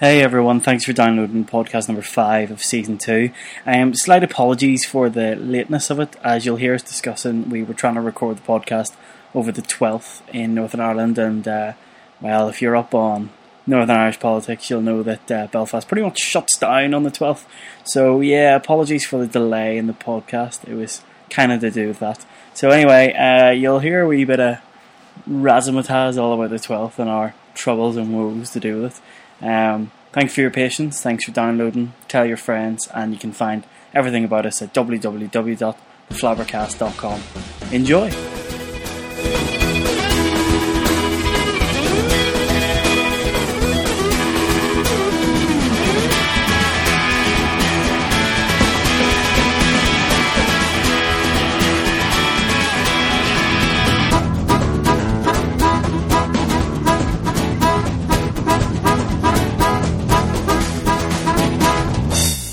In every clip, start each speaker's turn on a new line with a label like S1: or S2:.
S1: Hey everyone, thanks for downloading podcast number five of season two. Um, slight apologies for the lateness of it. As you'll hear us discussing, we were trying to record the podcast over the 12th in Northern Ireland, and uh, well, if you're up on Northern Irish politics, you'll know that uh, Belfast pretty much shuts down on the 12th. So, yeah, apologies for the delay in the podcast. It was kind of to do with that. So, anyway, uh, you'll hear a wee bit of razzmatazz all about the 12th and our troubles and woes to do with it. Um, thanks for your patience, thanks for downloading, tell your friends, and you can find everything about us at www.flabbercast.com. Enjoy!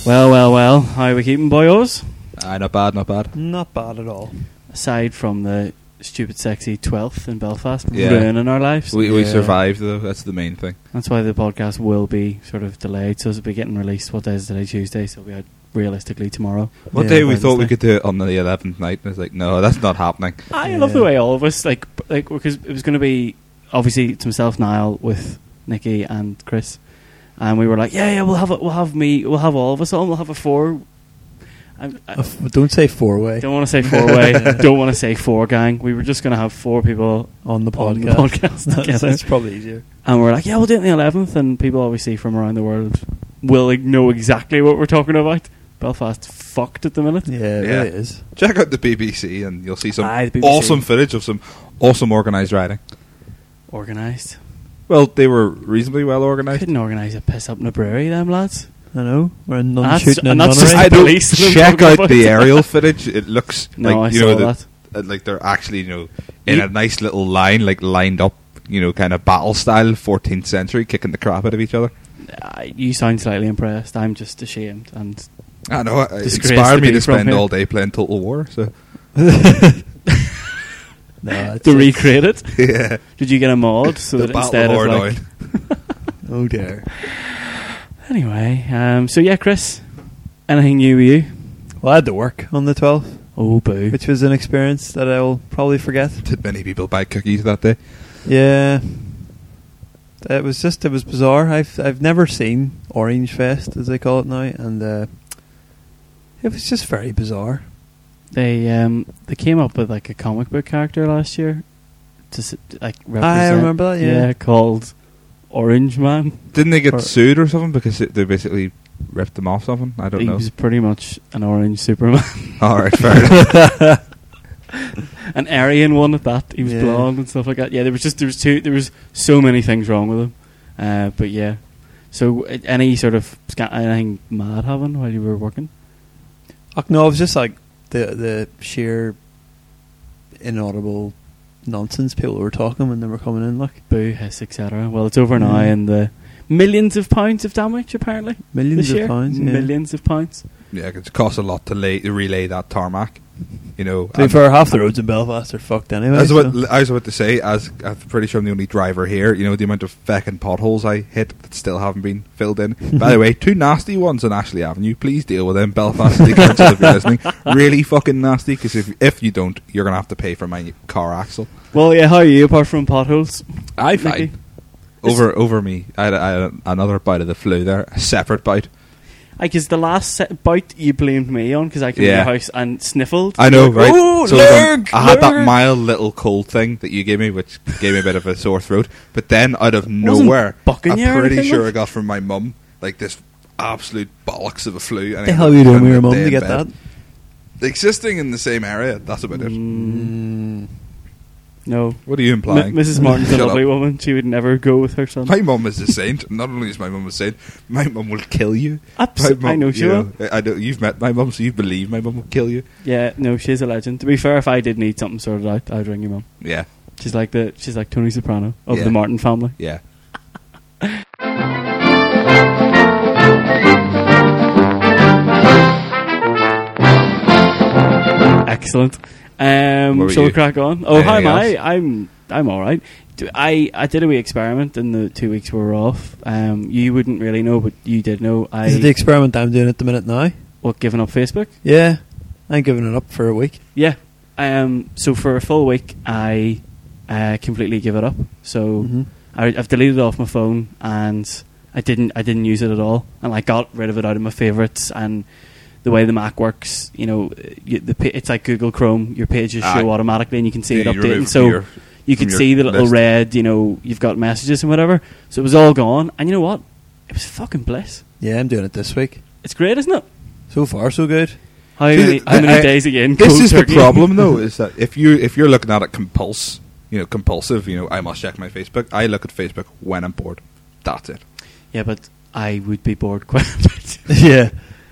S1: Well, well, well, how are we keeping, boyos?
S2: Aye, not bad, not bad.
S3: Not bad at all.
S1: Aside from the stupid, sexy 12th in Belfast
S2: Yeah.
S1: ruining our lives,
S2: We, we
S3: Yeah.
S2: survived though. That's the main thing.
S1: That's why the podcast will be sort of delayed. So it'll be getting released. What day is today? Tuesday. So we had realistically tomorrow.
S2: One
S3: Yeah,
S2: day we thought we
S1: Wednesday.
S2: could do it on the eleventh night, and it's like, no, that's not happening.
S1: I love the way all of us like p- like because it was going to be obviously it's myself, Niall, with Nikki and Chris, and we were like, yeah, yeah, we'll have a, we'll have me, we'll have all of us on, we'll have a four. I, I
S3: don't say four way
S1: don't want to say four way. don't want to say four gang. We were just going to have four people
S3: on the
S1: on the
S3: podcast.
S1: podcast
S3: that's,
S1: together.
S3: that's probably easier.
S1: And we're like, yeah, we'll do it on the 11th. And people obviously from around the world will like, know exactly what we're talking about. Belfast fucked at the minute.
S3: Yeah, it
S2: Yeah.
S3: really is.
S2: Check out the BBC, and you'll see some
S3: Aye, the BBC.
S2: awesome footage of some awesome organised riding.
S1: Organised.
S2: Well, they were reasonably well organised.
S1: Couldn't organise a piss up in a brewery, them lads.
S3: I know. We're in
S1: That's-
S3: shooting
S1: and
S3: and
S1: that's just-
S2: I
S3: nunnery.
S2: know.
S1: Police and
S2: Check
S1: talking
S2: out
S1: about
S2: the
S1: it.
S2: aerial footage. It looks
S1: No,
S2: like
S1: I
S2: you know
S1: saw
S2: the-
S1: that.
S2: uh, like they're actually you know in
S1: You-
S2: a nice little line, like lined up, you know, kind of battle style, fourteenth century, kicking the crap out of each other.
S1: Uh, you sound slightly impressed. I'm just ashamed. And
S2: I know. It
S1: Disgrace
S2: inspired
S1: to
S2: me
S1: be
S2: to
S1: from
S2: spend
S1: here.
S2: all day playing Total War. So
S3: No, that's
S1: to
S3: it.
S1: recreate it,
S2: yeah,
S1: did you get a mod so
S2: the
S1: that
S2: Battle
S1: instead
S2: of
S1: of
S2: Ardoin.
S1: like
S3: Oh dear.
S1: anyway? Um, so yeah, Chris, anything new with you?
S3: Well, I had to work on the 12th,
S1: Oh boo!
S3: which was an experience that I will probably forget.
S2: Did many people buy cookies that day?
S3: Yeah. It was just it was bizarre. I've I've never seen Orange Fest as they call it now, and uh, it was just very bizarre.
S1: They um, they came up with like a comic book character last year. To s- like
S3: I
S1: represent,
S3: remember that. Yeah,
S1: yeah, called Orange Man.
S2: Didn't they get
S3: Or-
S2: sued or something because it- they basically ripped them off something? I don't
S1: he
S2: know.
S1: was pretty much an orange Superman,
S2: All right, fair enough.
S1: an Aryan one at that. He was
S3: Yeah.
S1: blonde and stuff like that. Yeah, there was just there was two there was so many things wrong with him. Uh, but yeah, so uh, any sort of sca- anything mad happened while you were working?
S3: Ach, no, it was just like the the sheer inaudible nonsense people were talking when they were coming in. Like
S1: Boo, hiss, etc. Well, it's over now,
S3: Mm.
S1: and the millions of pounds of damage apparently
S3: millions
S1: this
S3: of
S1: year.
S3: pounds. Yeah.
S1: Millions of pounds.
S2: yeah, 'cause it costs a lot to, lay, to relay that tarmac. You know,
S3: To be
S2: and
S3: fair, half the roads in Belfast are fucked anyway.
S2: as
S3: so-
S2: what I was about to say, as I'm pretty sure I'm the only driver here. You know the amount of feckin' potholes I hit that still haven't been filled in. By the way, two nasty ones on Ashley Avenue. Please deal with them, Belfast City Council, if you're listening. Really fucking nasty. Because if if you don't, you're gonna have to pay for my car axle.
S1: Well, yeah. How are you apart from potholes?
S2: I
S1: Nicky?
S2: find over over me. I had, I had another bite of the flu there, a separate bite.
S1: I guess the last set bite you blamed me on because I came
S2: Yeah.
S1: to your house and sniffled.
S2: I know, right?
S1: "Ooh,
S2: it was on-
S1: lurg,
S2: I had that
S1: lurg."
S2: mild little cold thing that you gave me, which gave me a bit of a sore throat. But then, out of
S1: Wasn't
S2: nowhere,
S1: bucking
S2: I'm
S1: you or
S2: pretty
S1: anything,
S2: sure
S1: like?
S2: I got from my mum like this absolute bollocks of a flu. And
S3: the
S2: I
S3: hell
S2: ended
S3: were you
S2: up spending
S3: doing with
S2: the
S3: your mum
S2: day
S3: to
S2: in
S3: get
S2: bed.
S3: that?
S2: Existing in the same area, that's about it.
S1: Mm,
S3: Mm.
S1: no.
S2: What are you implying?
S1: M- Mrs. Martin's a
S2: Shut
S1: lovely
S2: up.
S1: woman. She would never go with her son.
S2: My mum is a saint. Not only is my mum a saint, my mum will kill you. My
S1: Abs-
S2: mum-
S1: I know she
S2: you
S1: will.
S2: I know you've met my mum, so you believe my mum will kill you.
S1: Yeah, no, she's a legend. To be fair, if I did need something sorted out, I'd ring your mum.
S2: Yeah,
S1: She's like the she's like Tony Soprano of
S2: Yeah.
S1: the Martin family.
S2: yeah.
S1: Excellent. Um,
S2: Where were
S1: shall we
S2: you?
S1: crack on? Oh, hi,
S2: Anything
S1: I? Oh, I'm I'm all right. Do- I I did a wee experiment in the two weeks we were off. Um, you wouldn't really know, but you did know. I
S3: Is it the experiment I'm doing at the minute now?
S1: what giving up Facebook.
S3: Yeah, I ain't giving it up for a week.
S1: Yeah. Um. So for a full week, I uh, completely give it up. So
S3: Mhm.
S1: I, I've deleted it off my phone, and I didn't I didn't use it at all, and I got rid of it out of my favorites and. The way the Mac works, you know, you, the pa- it's like Google Chrome. Your pages
S2: Aye.
S1: show automatically, and you can see it
S2: Yeah, you remove
S1: updating.
S2: from
S1: So
S2: your-
S1: you
S2: from
S1: could
S2: your
S1: see the little
S2: list.
S1: red, you know, you've got messages and whatever. So it was all gone. And you know what? It was fucking bliss.
S3: Yeah, I'm doing it this week.
S1: It's great, isn't it?
S3: So far, so good.
S1: How
S2: See,
S1: many, how
S2: I-
S1: many
S2: I-
S1: days again?
S2: This
S1: cold
S2: is
S1: turkey?
S2: the problem, though, is that if you if you're looking at it compuls, you know, compulsive, you know, I must check my Facebook. I look at Facebook when I'm bored. That's it.
S1: yeah, but I would be bored quite a bit.
S3: yeah,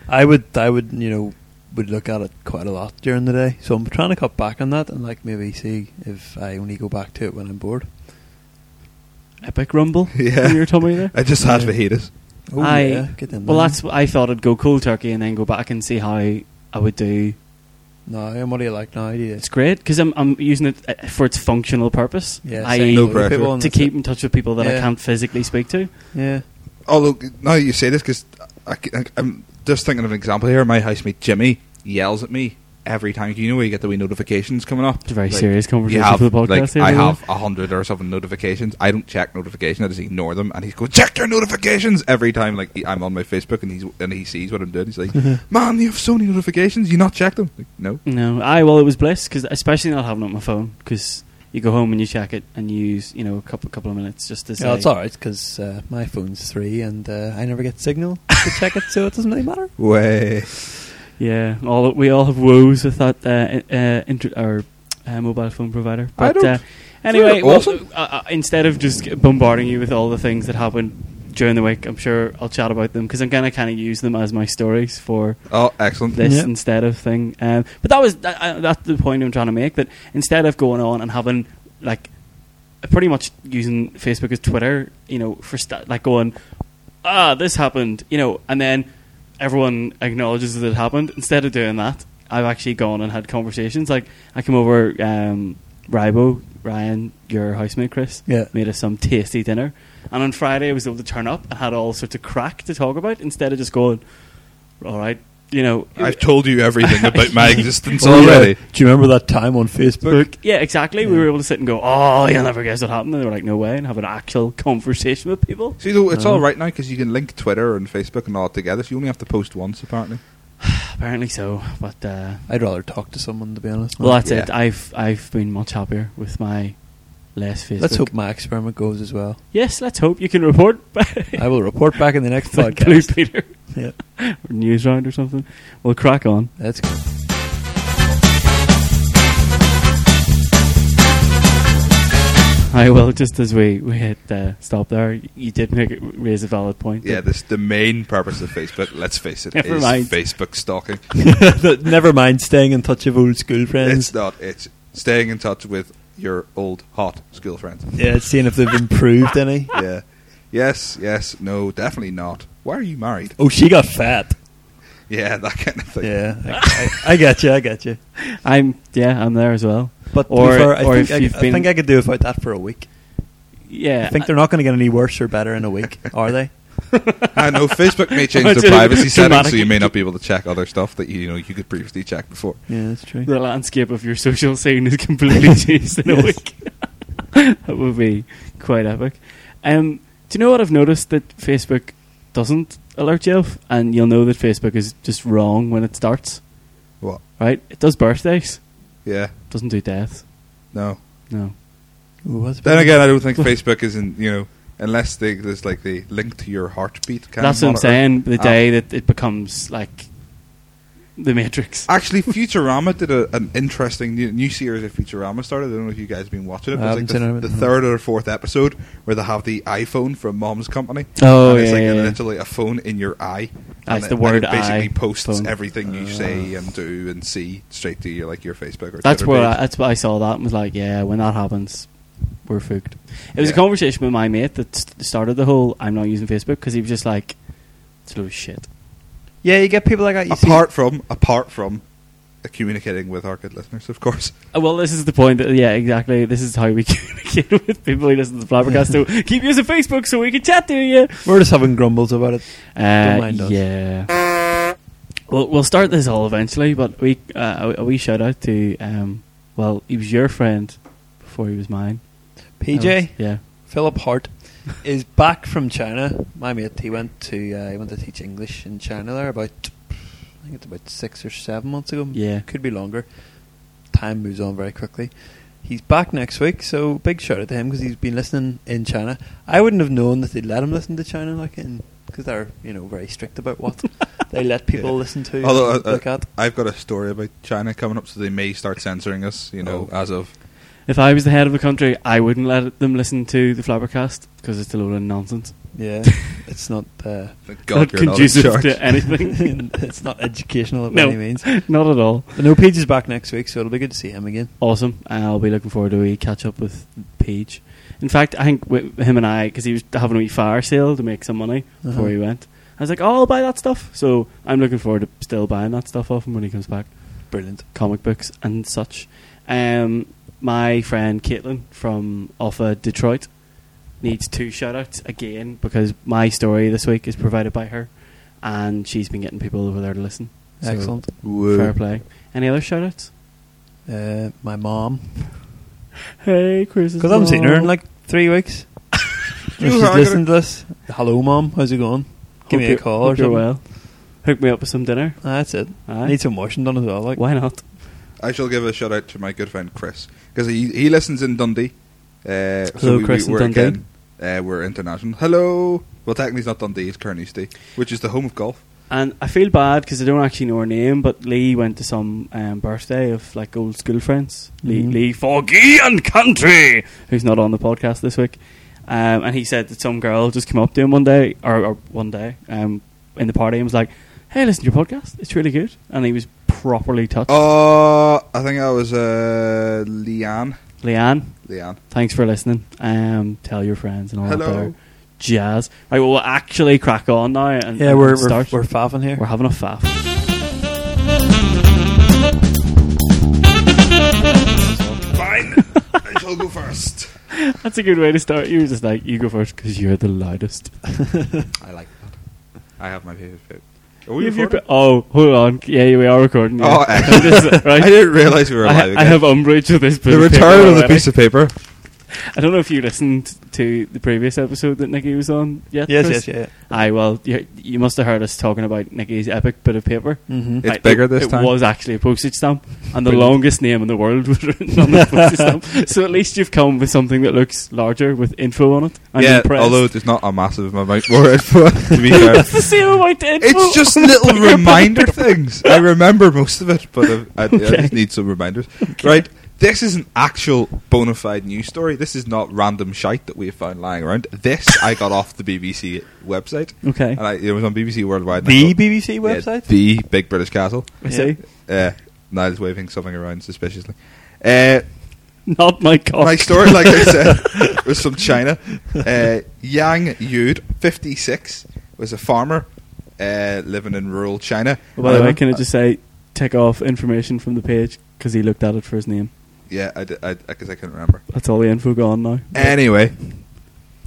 S3: I would. I would. You know, would look at it quite a lot during the day. So I'm trying to cut back on that and like maybe see if I only go back to it when I'm bored.
S1: Epic rumble
S2: Yeah.
S1: in your tummy there.
S2: I just had
S3: Yeah.
S2: fajitas.
S3: Oh
S1: I-
S3: yeah, get them.
S1: Well,
S3: down.
S1: that's what I thought I'd go cold turkey and then go back and see how I would do.
S3: no. And what do you like now? Do you?
S1: It's great because I'm, I'm using it uh, for its functional purpose.
S3: Yeah,
S1: I,
S3: same
S2: No
S3: with the
S2: pressure.
S3: people and
S1: to
S3: that's it.
S1: keep in touch with people that I
S3: Yeah.
S1: can't physically speak to.
S3: Yeah.
S2: Although Oh, now that you say this, because I, am just thinking of an example here. My housemate Jimmy yells at me every time. You know where you get the wee notifications coming up.
S1: It's a very
S2: Like,
S1: serious
S2: You
S1: conversation
S2: have,
S1: for the podcast.
S2: like,
S1: here,
S2: I
S1: by the way.
S2: have a hundred or something notifications. I don't check notifications. I just ignore them. And he's going, check your notifications every time. Like he- I'm on my Facebook and he's and he sees what I'm doing. He's like,
S1: Mm-hmm.
S2: man, you have so many notifications. You not check them? Like, no.
S1: No, I well, it was bliss because especially not having it on my phone because you go home and you check it and you use you know a couple couple of minutes just to say.
S3: Yeah, it's all right because uh, my phone's three and uh, I never get signal to check it, so it doesn't really matter.
S2: Way.
S1: Yeah, all we all have woes with that uh, uh, inter- our uh, mobile phone provider. But
S2: I don't-
S1: uh, anyway,
S2: They're
S1: well,
S2: awesome.
S1: uh, uh, instead of just bombarding you with all the things that happen during the week, I'm sure I'll chat about them because I'm gonna kind of use them as my stories for
S2: Oh, excellent.
S1: this
S3: Yeah.
S1: instead of thing. Um, but that was that, uh, that's the point I'm trying to make. That instead of going on and having like pretty much using Facebook as Twitter, you know, for sta like going ah this happened, you know, and then everyone acknowledges that it happened. Instead of doing that, I've actually gone and had conversations. Like I came over, um, Ribo Ryan, your housemate Chris,
S3: Yeah.
S1: made us some tasty dinner. And on Friday, I was able to turn up and had all sorts of crack to talk about instead of just going, all right, you know.
S2: I've told you everything about my existence
S3: Oh, yeah.
S2: already.
S3: Do you remember that time on Facebook?
S1: yeah, exactly. We
S3: Yeah.
S1: were able to sit and go, oh, you'll never guess what happened. And they were like, no way, and have an actual conversation with people.
S2: See, though, it's
S3: No.
S2: all right now because you can link Twitter and Facebook and all together. So you only have to post once, apparently.
S1: Apparently so, but uh,
S3: I'd rather talk to someone to be honest.
S1: well, that's
S2: Yeah.
S1: it. I've I've been much happier with my less Facebook.
S3: Let's hope my experiment goes as well.
S1: Yes, let's hope you can report.
S3: I will report back in the next
S1: Thank you,
S3: podcast.
S1: Peter.
S3: Yeah,
S1: Or news round or something. We'll crack on.
S3: that's good.
S1: I will. Just as we we hit uh, stop there, you did make it, raise a valid point.
S2: Yeah,
S1: that-
S2: this the main purpose of Facebook. Let's face it, is
S1: Never mind.
S2: Facebook stalking.
S3: Never mind staying in touch with old school friends.
S2: It's not. It's staying in touch with your old hot school friends.
S3: yeah, it's seeing if they've improved any.
S2: yeah. Yes. Yes. No. Definitely not. Why are you married?
S3: Oh, she got fat.
S2: Yeah, that kind of thing.
S3: Yeah, I, I, I get you. I get you.
S1: I'm. Yeah, I'm there as well.
S3: But to be
S1: Or-
S3: fair, I,
S1: or
S3: think
S1: if
S3: I,
S1: you've
S3: I
S1: been-
S3: think I could do without that for a week.
S1: Yeah,
S3: I think they're not going to get any worse or better in a week, are they?
S2: I know Facebook may change their
S1: Imagine
S2: privacy settings, so
S1: dramatic-
S2: you may not be able to check other stuff that you, know you could previously check before.
S3: Yeah, that's true.
S1: the landscape of your social scene is completely changed in a
S3: Yes.
S1: week. that would be quite epic. Um, do you know what I've noticed that Facebook doesn't alert you of, and you'll know that Facebook is just wrong when it starts.
S2: What?
S1: Right? It does birthdays,
S2: Yeah.
S1: doesn't do deaths.
S2: No.
S1: No.
S3: Ooh, what's
S2: Then
S3: been-
S2: again, I don't think Facebook is in you know unless they, there's like the link to your heartbeat. Kind
S1: That's what
S2: of
S1: I'm
S2: monitor.
S1: saying. The
S2: Ah.
S1: day that it becomes like the Matrix.
S2: Actually, Futurama did a, an interesting new, new series of Futurama started. I don't know if you guys have been watching it.
S3: I
S2: But it's like the,
S3: haven't seen it.
S2: the third or fourth episode where they have the iPhone from Mom's company.
S1: Oh,
S2: and it's
S1: yeah,
S2: like
S1: yeah, yeah.
S2: literally a phone in your eye.
S1: That's
S2: and
S1: the
S2: it,
S1: word
S2: and it basically
S1: eye
S2: posts
S1: phone. Ah.
S2: everything you say and do and see straight to your like your Facebook or
S1: That's
S2: Twitter
S1: where I,
S2: page.
S1: that's what I saw that and was like, yeah, when that happens, we're fucked. It was a
S2: Yeah.
S1: conversation with my mate that st- started the whole "I'm not using Facebook" because he was just like, "It's a load of shit."
S3: yeah, you get people like that. You see-
S2: apart from apart from communicating with our good listeners, of course.
S1: Uh, Well, this is the point. That, yeah, exactly. This is how we communicate with people who listen to the Flabbergast. so keep using Facebook so we can chat to you.
S3: We're just having grumbles about it.
S1: Uh,
S3: mind us.
S1: Yeah. Well, we'll start this all eventually, but we uh, a- a wee shout out to um, well, he was your friend before he was mine.
S3: PJ
S1: Yeah.
S3: Philip Hart is back from China. My mate, he went to uh, he went to teach English in China there about I think it's about six or seven months ago.
S1: Yeah.
S3: could be longer. Time moves on very quickly. He's back next week, so big shout out to him because he's been listening in China. I wouldn't have known that they'd let him listen to China like because they're you know very strict about what they let people
S2: Yeah.
S3: listen to.
S2: Although,
S3: and
S2: uh,
S3: look at
S2: I've got a story about China coming up, so they may start censoring us. You know,
S1: Oh.
S2: as of
S1: If I was the head of a country, I wouldn't let them listen to the Flabbergast because it's a load of nonsense.
S3: yeah, it's not uh,
S2: thank
S1: not
S2: God, you're not in
S1: conducive
S2: charge.
S1: to anything.
S3: it's not educational by
S1: No.
S3: any means.
S1: not at all.
S3: But no, Paige is back next week, so it'll be good to see him again.
S1: awesome. I'll be looking forward to we catch up with Paige. In fact, I think with him and I, because he was having a wee fire sale to make some money before
S3: Uh-huh.
S1: he went, I was like, oh, I'll buy that stuff. So I'm looking forward to still buying that stuff off him when he comes back,
S3: Brilliant.
S1: comic books and such. Um, my friend Caitlin from off of Detroit needs two shout outs again because my story this week is provided by her and she's been getting people over there to listen. So,
S3: Excellent.
S2: Woo.
S1: Fair play. Any other shout outs?
S3: Uh, my mom.
S1: Hey, Chris.
S3: Because I haven't seen her in like three weeks.
S2: You
S3: She's
S2: are gonna-
S3: listening to this. Hello, mom. How's it going?
S1: Hope
S3: Give me a
S1: you're-
S3: call
S1: hope you're
S3: or something.
S1: well. Hook me up with some dinner.
S3: Ah, that's it.
S1: Aye.
S3: Need some washing done as well. Like,
S1: Why not?
S2: I shall give a shout out to my good friend Chris because he he listens in Dundee. Uh,
S1: Hello, Chris in
S2: we're
S1: Dundee.
S2: again, uh, we're international. Hello. Well, technically, it's not Dundee; it's Carnoustie, which is the home of golf.
S1: And I feel bad because I don't actually know her name, but Lee went to some um, birthday of like old school friends. Lee,
S3: Mhm.
S1: Lee Foggy and Country, who's not on the podcast this week. Um, and he said that some girl just came up to him one day, or, or one day, um, in the party and was like, Hey, listen to your podcast. It's really good. And he was properly touched.
S2: Uh, I think I was uh, Leanne.
S1: Leanne,
S2: Leanne.
S1: thanks for listening. Um, tell your friends and all that
S2: Hello.
S1: there jazz. Right, well, we'll actually crack on now and,
S3: yeah,
S1: and
S3: we're we're,
S1: start.
S3: we're faffing here.
S1: We're having a faff.
S2: Fine. I shall go first.
S1: That's a good way to start. You were just like, you go first because you're the loudest.
S2: I like that. I have my favorite. favorite. Are
S1: You
S2: we
S1: have your
S2: recording?
S1: pe- oh, hold on. Yeah, we are recording. yeah.
S2: Oh, excellent.
S1: This is- right.
S2: I didn't realize we were
S1: I,
S2: live.
S1: I
S2: again.
S1: have umbrage with this.
S2: the return of the piece of paper.
S1: I don't know if you listened to the previous episode that Nikki was on yet.
S3: yes,
S1: Chris?
S3: yes, yeah.
S1: Aye, well, you, you must have heard us talking about Nikki's epic bit of paper.
S3: yeah. Mm-hmm.
S2: It's
S1: Right,
S2: bigger
S1: it-
S2: this time.
S1: It was actually a postage stamp, and the
S2: Brilliant.
S1: longest name in the world was written on the postage stamp. So at least you've come with something that looks larger with info on it. I'm
S2: yeah,
S1: impressed.
S2: although there's not a massive amount more info. To be fair,
S1: it's the same amount of info.
S2: It's just little reminder things. I remember most of it, but uh, I, I just need some reminders. Right, this is an actual bona fide news story. This is not random shite that we have found lying around. This I got off the BBC website,
S1: Okay,
S2: and I, it was on BBC Worldwide. and I
S3: The
S2: thought-
S3: BBC
S2: Yeah,
S3: website.
S2: the Big British Castle.
S1: I see.
S2: Uh, Niall's waving something around suspiciously. Uh,
S1: Not my cock.
S2: my story, like I said, was from China. Uh, Yang Yud, 56, was a farmer uh, living in rural China. Uh,
S1: By the
S2: And I-
S1: way, can I just say, take off information from the page because he looked at it for his name.
S2: Yeah, I d- I, I guess I couldn't remember.
S1: That's all the info gone now.
S2: Anyway,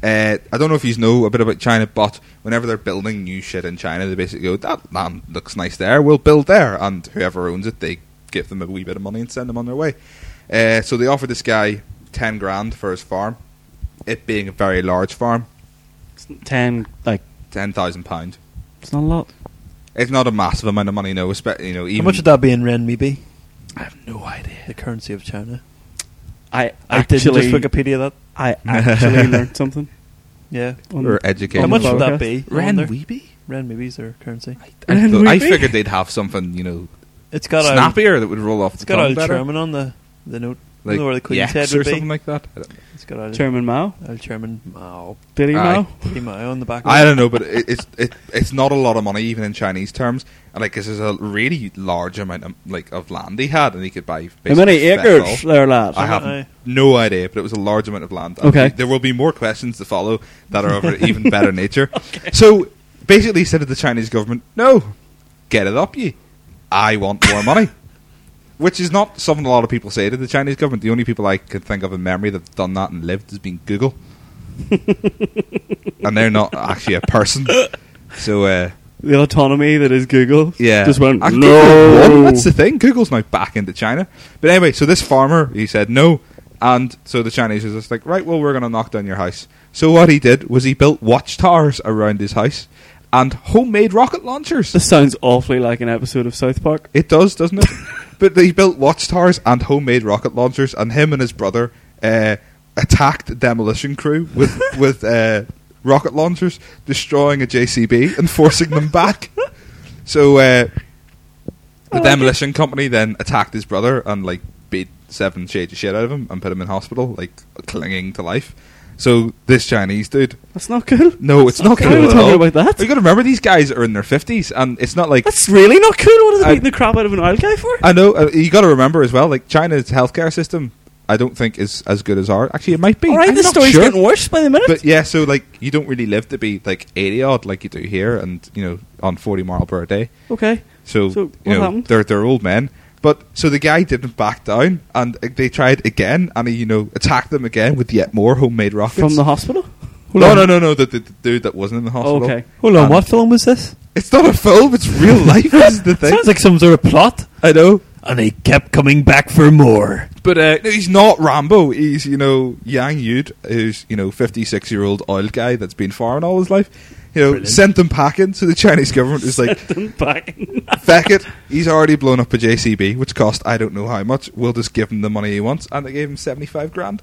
S2: uh, I don't know if you know a bit about China, but whenever they're building new shit in China, they basically go, that land looks nice there, we'll build there. And whoever owns it, they give them a wee bit of money and send them on their way. Uh, so they offered this guy 10 grand for his farm, it being a very large farm,
S1: It's ten, like
S2: £10,000. pound.
S1: it's not a lot.
S2: It's not a massive amount of money, no. Espe- you know, even
S3: How much would that be in renminbi?
S2: I have no idea.
S3: The currency of China.
S1: I
S3: I did just
S1: actually,
S3: Wikipedia that.
S1: I actually learned something.
S3: Yeah.
S1: on-
S2: Or
S1: on
S2: education.
S3: How
S1: the
S3: much would
S1: podcast.
S3: that be? I
S2: Ren
S3: wonder?
S2: Weeby?
S3: Renminbi is their currency.
S2: I,
S1: Ren
S2: thought- I
S1: Weeby?
S2: figured they'd have something, you know,
S3: It's got a
S2: snappier that would roll off
S3: It's
S2: the
S3: got
S2: tongue
S3: old
S2: better.
S3: Sherman on the the note. I don't know where the Queen's
S2: yaks
S3: head
S2: or
S3: would
S2: something
S3: be.
S2: like that. I don't, know.
S3: It's got old,
S1: Chairman Mao,
S3: old Sherman Mao.
S1: Billy
S2: Aye.
S1: Mao.
S3: oh, Pretty Mao on the back. of
S2: I
S3: it.
S2: don't know, but it, it's it, it's not a lot of money even in Chinese terms. And like, this is a really large amount of, like of land he had, and he could buy.
S1: How
S2: basically
S1: many
S2: feck
S1: acres
S2: all.
S1: there, lad?
S2: I have
S3: Aye.
S2: no idea, but it was a large amount of land. And
S1: Okay.
S2: there will be more questions to follow that are of an even better nature. So basically, he said to the Chinese government, "No, get it up, ye. I want more money." Which is not something a lot of people say to the Chinese government. The only people I could think of in memory that've done that and lived has been Google. and they're not actually a person. So, uh,
S1: The autonomy that is Google.
S2: yeah.
S1: Just went,
S2: And Google won.
S1: no.
S2: That's the thing. Google's now back into China. But anyway, so this farmer, he said no. And so the Chinese was just like, right, well, we're going to knock down your house. So what he did was he built watchtowers around his house and homemade rocket launchers.
S1: This sounds awfully like an episode of South Park.
S2: It does, doesn't it? but he built watchtowers and homemade rocket launchers, and him and his brother uh, attacked the demolition crew with with uh, rocket launchers, destroying a JCB and forcing them back. So uh,
S1: Oh,
S2: the demolition company then attacked his brother and like beat seven shades of shit out of him and put him in hospital, like clinging to life. So this Chinese dude,
S1: That's not good.
S2: no, it's not
S1: Why are
S2: cool
S1: we
S2: at
S1: talking
S2: all.
S1: about that?
S2: You got to remember these guys are in their fifties, and it's not like
S1: That's really not cool. What are they
S2: I-
S1: beating the crap out of an oil guy for?
S2: I know. Uh, you got to remember as well, like China's healthcare system, I don't think is as good as ours. Actually, it might be.
S1: All right,
S2: I'm
S1: this
S2: not
S1: story's
S2: sure.
S1: getting worse by the minute.
S2: But yeah, so like you don't really live to be like eighty odd like you do here, and you know on forty mile per day.
S1: okay.
S2: So,
S1: So, what
S2: you know
S1: happened?
S2: they're they're old men. But so the guy didn't back down, and uh, they tried again, and he you know attacked them again with yet more homemade rockets
S1: From the hospital?
S2: no, no, no, no, the, the, the dude that wasn't in the hospital.
S1: okay.
S3: Hold on,
S2: And-
S3: what film was this?
S2: It's not a film; it's real life. Um, is the thing.
S3: Sounds like some sort of plot.
S2: I know.
S3: And he kept coming back for more.
S2: But uh, no, he's not Rambo. He's you know Yang Yud, who's you know fifty six year old oil guy that's been farming all his life. You know,
S3: Brilliant.
S2: sent him packing. So the Chinese government is like,
S1: Them back.
S2: feck it. He's already blown up a JCB, which cost I don't know how much. We'll just give him the money he wants, and they gave him seventy five grand,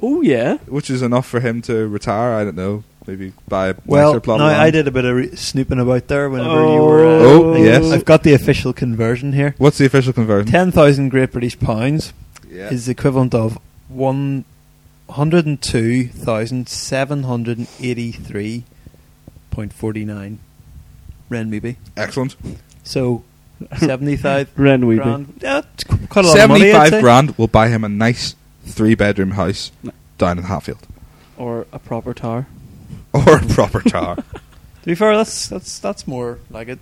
S1: oh, yeah.
S2: which is enough for him to retire. I don't know, maybe buy a
S3: Well,
S2: nicer plot.
S3: no,
S2: of land.
S3: I did a bit of re- snooping about there whenever you were. Uh,
S2: Oh,
S3: thinking.
S2: yes.
S3: I've got the official conversion here.
S2: What's the official conversion?
S3: Ten thousand Great British pounds
S2: Yeah.
S3: is the equivalent of one hundred and two thousand seven hundred and eighty-three point forty-nine renminbi.
S2: Excellent.
S3: So seventy-five
S1: Ren Weeby.
S3: grand. Yeah, it's qu- quite a lot of money.
S2: Seventy
S3: I'd
S2: five
S3: say.
S2: grand will buy him a nice three bedroom house
S1: No.
S2: down in Hatfield
S1: Or a proper tar.
S2: or a proper tower.
S3: To be fair, that's that's that's more like it.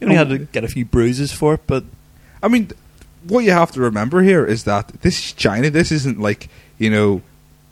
S3: You only had to get a few bruises for it, but
S2: I mean, th- what you have to remember here is that this is China. This isn't like you know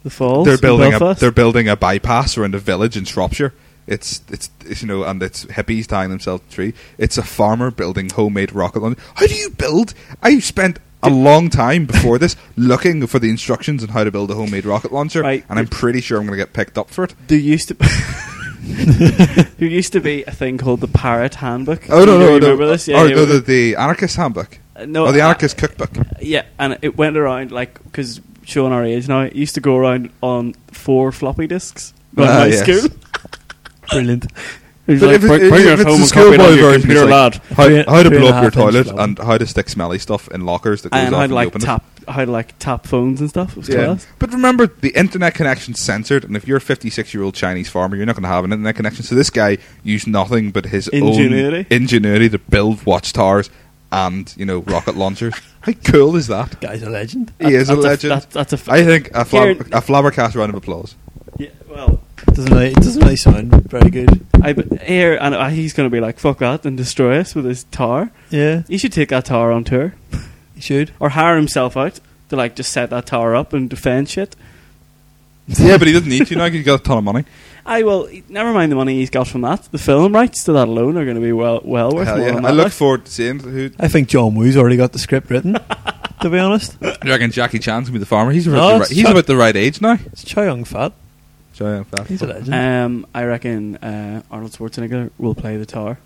S1: The Falls.
S2: they're building
S1: in
S2: a
S1: Belfast.
S2: they're building a bypass around a village in Shropshire. It's, it's it's you know and it's hippies tying themselves to a tree. It's a farmer building homemade rocket launch. How do you build? I spent a long time before this looking for the instructions on how to build a homemade rocket launcher,
S1: Right.
S2: and I'm pretty sure I'm going to get picked up for it.
S1: There used to there used to be a thing called the Parrot Handbook.
S2: Oh no
S1: Do you
S2: no no!
S1: remember this? Yeah,
S2: oh,
S1: yeah,
S2: no,
S1: we-
S2: the, the anarchist handbook
S1: uh, no,
S2: or the
S1: uh,
S2: anarchist cookbook.
S1: Yeah, and it went around like because showing our age now, it used to go around on four floppy disks. When
S2: Ah,
S1: high
S2: yes.
S1: school,
S3: brilliant.
S1: It was
S2: But
S1: like,
S2: if it-
S1: "Bring-
S2: if
S1: bring it
S2: it's the
S1: home and copy
S2: schoolboy
S1: it on your
S2: version,
S1: computer,
S2: it's like-
S1: lad.
S2: How,
S3: Three-
S2: how to
S3: three
S2: blow up your
S3: and a half inch
S2: toilet
S3: long.
S2: and how to stick smelly stuff in lockers that goes
S1: And how
S2: off when
S1: to
S2: you
S1: like
S2: open it.
S1: tap, how to like tap phones and stuff. It was
S2: Yeah.
S1: class.
S2: But remember, the internet connection's censored, and if you're a 56 year old Chinese farmer, you're not going to have an internet connection. So this guy used nothing but his
S1: Ingenuity.
S2: own ingenuity to build watchtowers and you know rocket launchers. How cool is that?
S3: Guy's a legend.
S2: He is a
S1: that's
S2: legend.
S1: that's, that's a. F-
S2: I think a, flab-
S1: Kieran-
S2: a flabbergast round of applause.
S1: yeah, well,
S3: Doesn't really, it doesn't really sound very good.
S1: I but here and uh, he's going to be like fuck that and destroy us with his tar.
S3: Yeah,
S1: He should take that tar on tour
S3: you should.
S1: or hire himself out to like just set that tar up and defend shit.
S2: yeah, but he doesn't need to now because he's got a ton of money.
S1: I will. Never mind the money he's got from that. The film rights to that alone are going to be well, well worth.
S2: Hell
S1: more
S2: yeah.
S1: than
S2: I
S1: that,
S2: look
S1: like.
S2: forward to seeing who.
S3: I think John Woo's already got the script written. to be honest,
S2: You reckon Jackie Chan's gonna be the farmer? He's about,
S3: No,
S2: the,
S3: it's
S2: right, he's
S3: Chuck-
S2: about the right age now.
S3: it's Chow Yun Fat.
S2: So, yeah, that-
S3: He's a legend.
S1: Um, I reckon uh, Arnold Schwarzenegger will play the tar.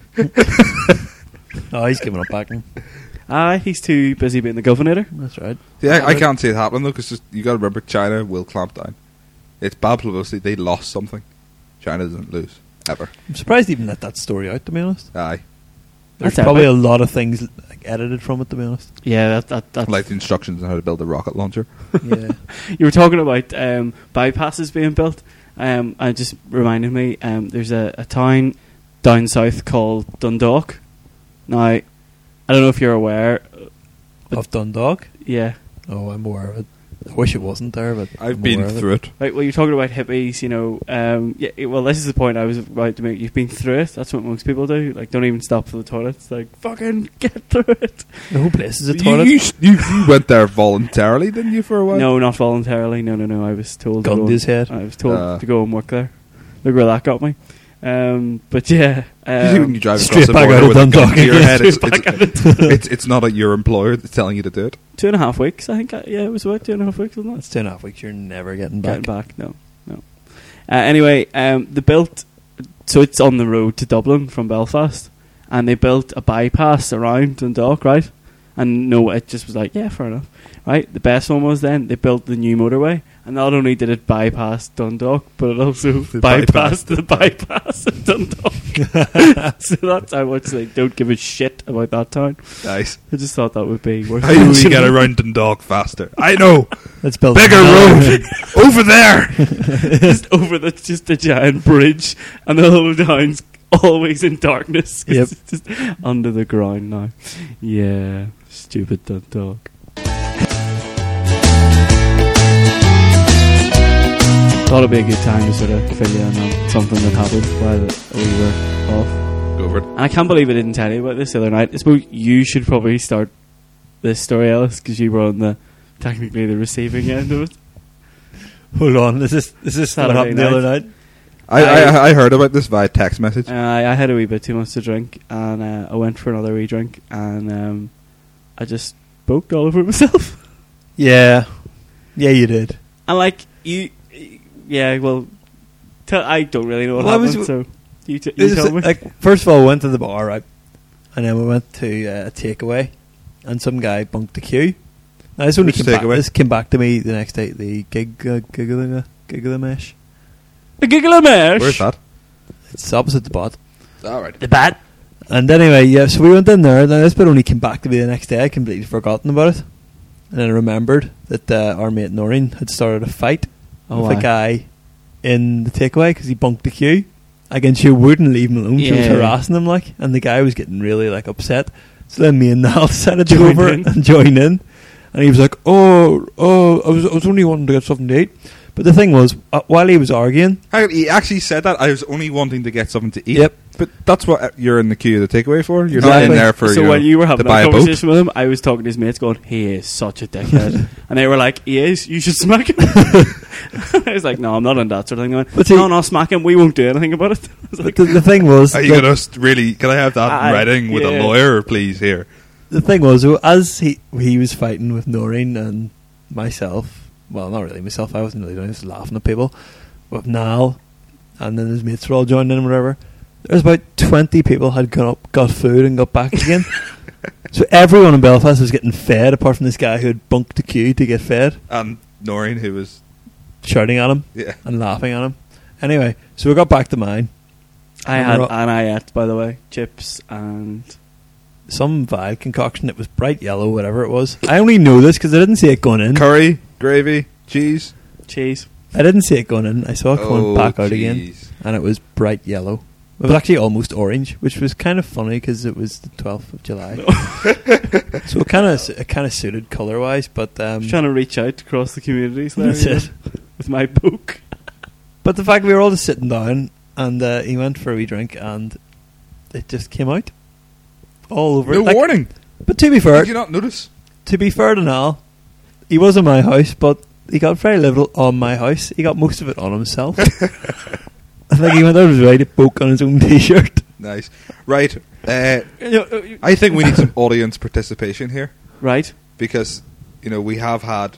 S3: no, he's giving up backing.
S1: Ah, he's too busy being the governor.
S3: That's right.
S2: Yeah, I, I can't see it happening though, because you got to remember China will clamp down. It's bad publicity. They lost something. China doesn't lose ever.
S3: I'm surprised they even let that story out. To be honest,
S2: Aye,
S3: there's
S1: That's
S3: probably
S1: epic.
S3: a lot of things like, edited from it. To be honest,
S1: Yeah, that that that's
S2: like the instructions on how to build a rocket launcher.
S3: yeah.
S1: you were talking about um, bypasses being built. Um, and it just reminded me um, there's a, a town down south called Dundalk. Now, I don't know if you're aware. uh,
S3: of Dundalk.
S1: Yeah,
S3: Oh, I'm aware of it. I wish it wasn't there, but
S2: I've
S3: I'm
S2: been
S3: aware of
S2: through it.
S1: Right, well, you're talking about hippies, you know. Um, yeah, it- well, this is the point I was about to make. You've been through it. That's what most people do. Like, don't even stop for the toilets. Like, fucking get through it.
S3: The whole place is a
S2: You-
S3: toilet.
S2: You, s- you, you went there voluntarily, didn't you, for a while?
S1: No, not voluntarily. No, no, no. I was told. to
S3: Gunned
S1: go and-
S3: his head.
S1: I was told
S2: Uh.
S1: to go and work there. Look where that got me. Um, but yeah,
S2: You see when you
S1: um,
S2: drive across
S3: Straight
S2: the
S3: back out
S2: border
S3: of
S2: with a gun
S3: Dundalk
S2: to your
S3: again,
S2: head, it's,
S3: straight
S2: it's, it's, it's not at your employer that's telling you to do it.
S1: two and a half weeks. I think. I, yeah, it was about two and a half weeks, wasn't it?
S3: That's two and a half weeks. You're never getting back.
S1: Getting back, no, no. Uh, anyway, um, they built so it's on the road to Dublin from Belfast, and they built a bypass around Dundalk, right? And no, it just was like, yeah, fair enough, right? The best one was then they built the new motorway, and not only did it bypass Dundalk, but it also
S2: They
S1: bypassed
S2: bypassed
S1: the bypass of Dundalk. so that's how much they don't give a shit about that town.
S2: Nice.
S1: I just thought that would be worth.
S2: How do we
S1: mentioning.
S2: get around Dundalk faster? I know.
S3: Let's build
S2: Bigger road over there.
S1: just over the just a giant bridge, and the whole town's always in darkness.
S3: Yep.
S1: It's just under the ground now. Yeah, stupid Dundalk. Thought it'd be a good time to sort of fill you in on something that happened while we were off.
S2: Go for it.
S1: And I can't believe I didn't tell you about this the other night. I suppose you should probably start this story, Alice, because you were on the technically the receiving end of it.
S3: Hold on. Is this is this what
S1: Saturday
S3: happened the
S1: night.
S3: other night?
S2: I,
S1: I-
S2: I, I heard about this via text message.
S1: Uh, I I had a wee bit too much to drink, and uh, I went for another wee drink, and um, I just poked all over myself.
S3: Yeah, yeah, you did.
S1: And like you, yeah. Well, tell, I don't really know what
S3: Well, I was
S1: happened, so you, t-
S3: This
S1: you
S3: is-
S1: tell me.
S3: like, first of all, I went to the bar, right? And then we went to uh, a takeaway, and some guy bunked the queue. Now, this only
S2: Which
S3: came back,
S2: takeaway?
S3: this came back to me the next day. The gig, uh, giggling, mesh.
S1: A giggle of mash.
S2: Where's that?
S3: It's opposite the bot.
S2: All right.
S1: The bat.
S3: And anyway, yeah, so we went in there. Now this bit only came back to me the next day. I completely forgotten about it, and then I remembered that uh, our mate Noreen had started a fight
S1: Oh,
S3: with
S1: aye.
S3: a guy in the takeaway because he bunked the queue. Again, she wouldn't leave him alone. She was
S1: Yeah.
S3: harassing him like, and the guy was getting really like upset. So then me and Niall decided to
S1: Join
S3: go over
S1: in.
S3: and join in, and he was like, "Oh, oh, I was, I was only wanting to get something to eat." But the thing was, uh, while he was arguing,
S2: He actually said that. I was only wanting to get something to eat.
S3: Yep.
S2: But that's what uh, you're in the queue of the takeaway for. You're not
S3: Exactly.
S2: in there for
S1: so
S2: you
S1: when
S2: know,
S1: you were having
S2: to buy
S1: that
S2: a boat.
S1: conversation with him, I was talking to his mates, going, "He is such a dickhead," and they were like, "He is. You should smack him." I was like, "No, I'm not on that sort of thing." They went,
S3: But see-
S1: no, no, smack him. We won't do anything about it. I was
S3: but
S1: like,
S3: the, the thing was,
S2: Are
S3: that-
S2: you gonna st- really? Can I have that
S1: Aye,
S2: in writing with
S1: yeah.
S2: a lawyer, please? Here.
S3: the thing was, though, as he he was fighting with Noreen and myself, well, not really myself, I wasn't really doing it, I was laughing at people, with Niall, and then his mates were all joining in, and whatever. There's about 20 people had gone up, got food, and got back again. so everyone in Belfast was getting fed, apart from this guy who had bunked the queue to get fed,
S2: And Noreen, who was
S3: shouting at him
S2: yeah.
S3: and laughing at him. Anyway, so we got back to mine.
S1: I
S3: And
S1: had
S3: we're all-
S1: and I ate, by the way, chips and
S3: Some vile concoction. It was bright yellow, whatever it was. I only know this because I didn't see it going in.
S2: Curry, gravy, cheese.
S1: cheese.
S3: I didn't see it going in. I saw it going
S2: Oh,
S3: back out again,
S2: jeez.
S3: and it was bright yellow. It was actually almost orange, which was kind of funny because it was the twelfth of July. so it kind of it kind of suited color wise, but
S1: I
S3: um,
S1: was trying to reach out across the communities there
S3: that's
S1: you know,
S3: it.
S1: with my book.
S3: But the fact we were all just sitting down, and uh, he went for a wee drink, and it just came out all over.
S2: No
S3: Like-
S2: warning.
S3: But to be fair,
S2: Did you not notice?
S3: to be fair to Niall, he was in my house, but he got very little on my house. He got most of it on himself. I think he went out of his way to poke on his own t-shirt.
S2: Nice. Right. Uh,
S1: You know, uh, you-
S2: I think we need some audience participation here
S1: right.
S2: because you know we have had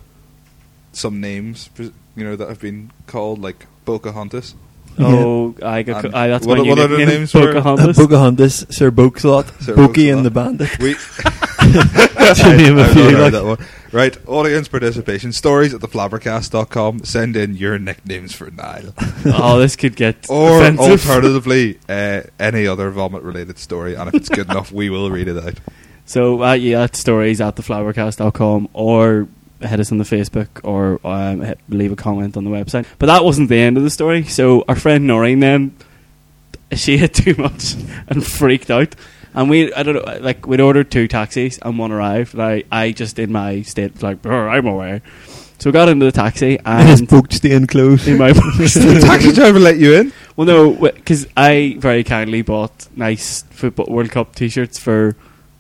S2: some names you know that have been called like Pocahontas.
S1: Oh, I got.
S2: And
S1: I, that's
S2: Um, what-
S1: my new
S2: what other
S1: nickname,
S2: names were?
S1: Pocahontas.
S3: Pocahontas, Sir Bokeslot,
S2: Sir
S3: Bokey
S2: Bokeslot.
S3: and the Bandit.
S2: We
S3: to name a
S2: I've
S3: few,
S2: not heard
S3: like-
S2: that one. Right, audience participation stories at theflabbercast.com. Send in your nicknames for Nile,
S1: oh, this could get
S2: or
S1: offensive.
S2: alternatively, uh, any other vomit-related story. And if it's good enough, we will read it out.
S1: So uh, yeah, that stories at theflowercast.com or hit us on the Facebook or um, hit- leave a comment on the website. But that wasn't the end of the story. So our friend Noreen then she had too much and freaked out. And we, I don't know, like we'd ordered two taxis and one arrived. And I, I just in my state, like "Brr, I'm aware, So we got into the taxi
S3: And his
S1: and
S3: booked staying closed.
S1: in my
S2: the taxi driver let you in.
S1: well, no, because I very kindly bought nice football World Cup T-shirts for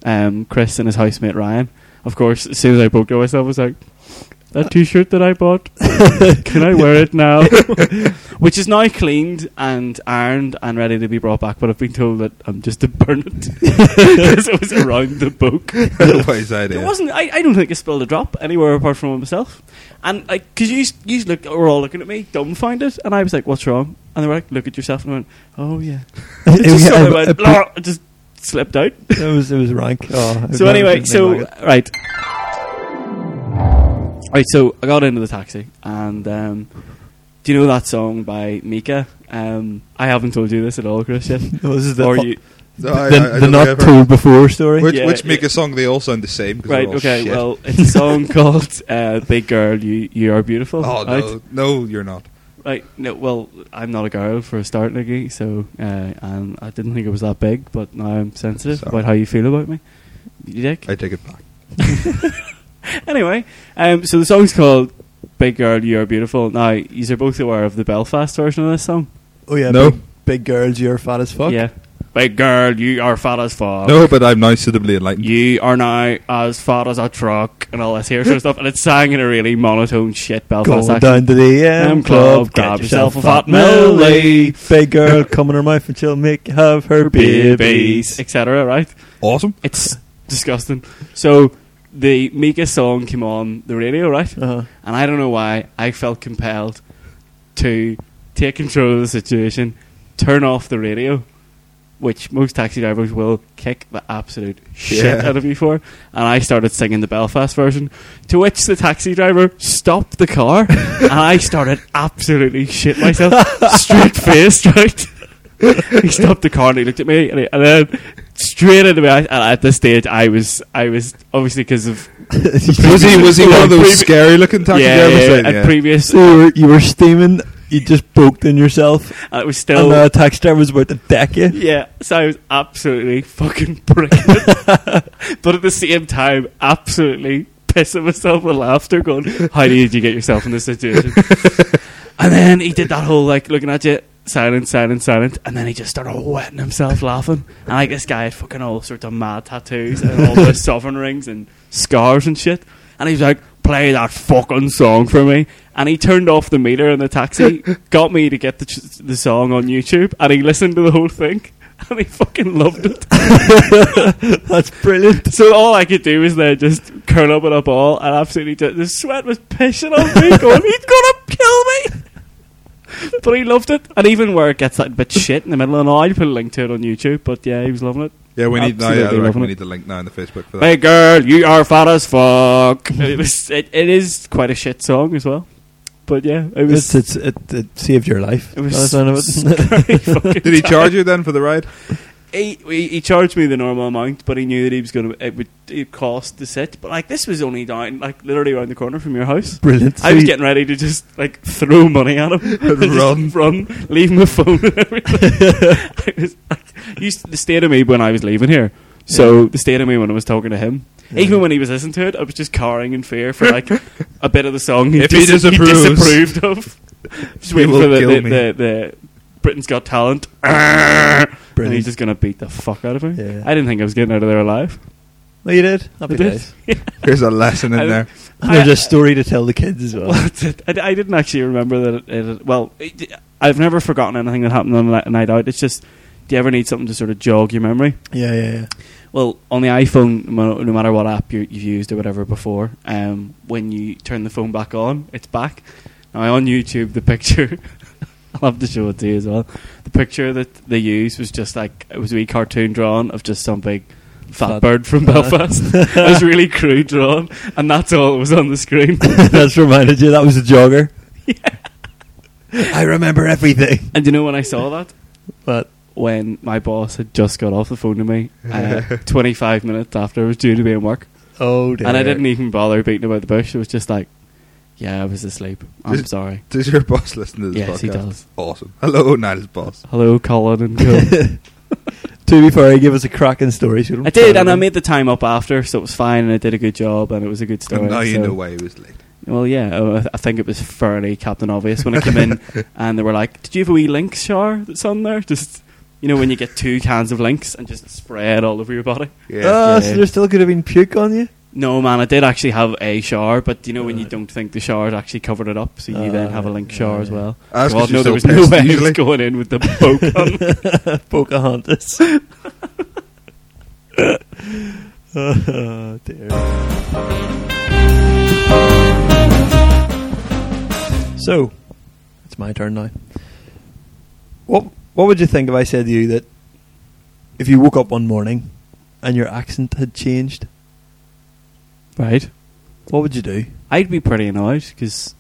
S1: um, Chris and his housemate Ryan. Of course, as soon as I poked it myself, I was like, "That T-shirt that I bought, can I wear it now?" Which is now cleaned and ironed and ready to be brought back. But I've been told that I'm just to burn it because it was around the book.
S2: Nobody's idea.
S1: It wasn't. I, I don't think I spilled a drop anywhere apart from on myself. And because you you looked, were all looking at me, dumbfounded, and I was like, "What's wrong?" And they were like, "Look at yourself," and I went, "Oh yeah." It just sort of went, "Blah," it just slipped out.
S3: it was it was rank. Oh,
S1: So anyway, so right, right. So I got into the taxi, and um, do you know that song by Mika? Um, I haven't told you this at all, Chris. Yet,
S3: No, this is the
S1: or you?
S2: No, I-
S3: the,
S2: I- I
S3: the
S2: don't
S3: not
S2: think I've
S3: told
S2: heard-
S3: before story.
S2: Which,
S1: Yeah,
S2: which make
S1: yeah.
S2: a song they all sound the same. 'cause they're
S1: Right.
S2: all
S1: Okay.
S2: shit.
S1: Well, it's a song called uh, "Big Girl, You You Are Beautiful."
S2: Oh
S1: right?
S2: no, no, you're not.
S1: Right. No. Well, I'm not a girl for a start, Nicky. So, uh, and I didn't think it was that big, but now I'm sensitive
S2: Sorry.
S1: about how you feel about me. You dick.
S2: I take it back.
S1: anyway, um, so the song's called "Big Girl, You Are Beautiful." Now, you are both aware of the Belfast version of this song.
S3: Oh yeah,
S2: No.
S3: Big, big girls, you're fat as fuck.
S1: Yeah. Big girl, you are fat as fuck.
S2: No, but I'm now suitably enlightened.
S1: You are now as fat as a truck and all this here sort of stuff, and it's sang in a really monotone shit Belfast
S3: Going
S1: accent.
S3: down to the M
S1: M
S3: club,
S1: Club,
S3: get
S1: grab
S3: yourself
S1: yourself
S3: a
S1: a
S3: fat
S1: fat Millie.
S3: Millie. Big girl, come in her mouth and she'll make you have her babies.
S1: etc. Right?
S2: Awesome.
S1: It's disgusting. So the Mika song came on the radio, right?
S3: Uh-huh.
S1: And I don't know why I felt compelled to take control of the situation, turn off the radio, which most taxi drivers will kick the absolute shit
S2: Yeah.
S1: out of you for. And I started singing the Belfast version, to which the taxi driver stopped the car, and I started absolutely shit myself, straight faced, right? he stopped the car and he looked at me, and, he, and then straight into me. I- And at this stage, I was, I was obviously because of
S2: Was he was he one of those
S1: Previous-
S2: scary looking taxi
S1: yeah,
S2: drivers?
S1: yeah,
S2: then?
S1: and
S2: Yeah.
S1: previous,
S3: So you were, you were steaming, you just poked in yourself,
S1: and it was
S3: and
S1: Uh,
S3: uh,
S1: still
S3: the taxi driver was about to deck you.
S1: Yeah, so I was absolutely fucking brilliant. but at the same time, absolutely pissing myself with laughter, going, How did you get yourself in this situation? and then he did that whole like looking at you, silent, silent, silent, and then he just started wetting himself laughing. And like this guy had fucking all sorts of mad tattoos and all the sovereign rings and scars and shit. And he was like, Play that fucking song for me. And he turned off the meter in the taxi, got me to get the, ch- the song on YouTube, and he listened to the whole thing. And he fucking loved it.
S3: That's brilliant.
S1: So all I could do was then just curl up in a ball and absolutely just, the sweat was pissing on me, going, he's gonna kill me. But he loved it, and even where it gets that bit shit in the middle, and all, I'll put a link to it on YouTube. But yeah, he was loving it.
S2: yeah, we need. No,
S1: Absolutely
S2: yeah, I reckon
S1: loving
S2: we
S1: it.
S2: need the link now on the Facebook for that.
S1: Hey girl, you are fat as fuck. it was. It, it is quite a shit song as well. But yeah, it
S3: It's,
S1: was.
S3: it's, it, it saved your life.
S1: it was
S3: By the sound of it.
S1: scary fucking
S2: Did he
S1: time.
S2: charge you then for the ride?
S1: he, he he charged me the normal amount, but he knew that he was going to it would it cost the sit. But like this was only down like literally around the corner from your house.
S3: Brilliant.
S1: I was getting ready to just like throw money at him,
S2: And
S1: Just
S2: run.
S1: run, leave my phone. And everything. I was like, used to, the state of me when I was leaving here. So the state of me when I was talking to him,
S3: Yeah.
S1: even when he was listening to it, I was just cowering in fear for like a bit of the song.
S2: If he disapproves.
S1: disapproved of. Just
S2: He
S1: waiting
S2: will
S1: for the
S2: kill
S1: the,
S2: me.
S1: the the Britain's Got Talent. and he's
S3: Brilliant.
S1: just gonna beat the fuck out of me.
S3: Yeah.
S1: I didn't think I was getting out of there alive.
S3: no, oh, you did. Happy
S1: I did.
S3: days.
S2: Here's a lesson
S1: I-
S2: in there.
S3: And there's
S1: I-
S3: a story to tell the kids as
S1: Well,
S3: well.
S1: that's it. I, I didn't actually remember that. It, it, well, it, I've never forgotten anything that happened on a night out. It's just, do you ever need something to sort of jog your memory?
S3: Yeah, yeah, yeah.
S1: Well, on the iPhone, no, no matter what app you, you've used or whatever before, um, when you turn the phone back on, it's back. Now on YouTube, the picture. I'll have to show it to you as well. The picture that they used was just like it was a wee cartoon drawn of just some big fat,
S3: Fat-
S1: bird from
S3: Uh.
S1: Belfast. it was really crude drawn, and that's all that was on the screen.
S3: That's reminded you. That was a jogger. I remember everything.
S1: And do you know when I saw that?
S3: But
S1: when my boss had just got off the phone to me uh, 25 minutes after I was due to be in work.
S3: oh, dear.
S1: And I didn't even bother beating about the bush. It was just like, yeah, I was asleep. I'm
S2: Just-
S1: sorry.
S2: Does your boss listen to this podcast?
S1: Yes, he does.
S2: Awesome. Hello, Niles boss.
S1: Hello, Colin and Co.
S3: To be fair, he gave us a cracking story. so don't
S1: I did,
S3: tell
S1: and I
S3: him.
S1: made the time up after, so it was fine, and I did a good job, and it was a good story.
S2: and now you
S1: so-
S2: know why he was late.
S1: Well, yeah, oh, I- I think it was fairly Captain Obvious when it came in, and they were like, "Did you have a wee link shower that's on there?" Just you know, when you get two cans of links and just spray it all over your body.
S2: Yeah.
S3: Oh,
S1: Yeah.
S3: so there still could have been puke on you.
S1: No, man, I did actually have a shower, but you know when you
S3: Right.
S1: don't think the shower's actually covered it up, so you
S3: Uh,
S1: then have a link
S3: yeah,
S1: shower as
S3: yeah.
S1: well.
S2: Ah, that's
S1: God,
S2: 'cause you're
S1: no, there was
S2: still
S1: no
S2: pissed
S1: way I was
S2: usually.
S1: going in with the poke on.
S3: Pocahontas. oh, dear. So, it's my turn now. What What would you think if I said to you that if you woke up one morning and your accent had changed,
S1: Right,
S3: what would you do?
S1: I'd be pretty annoyed because,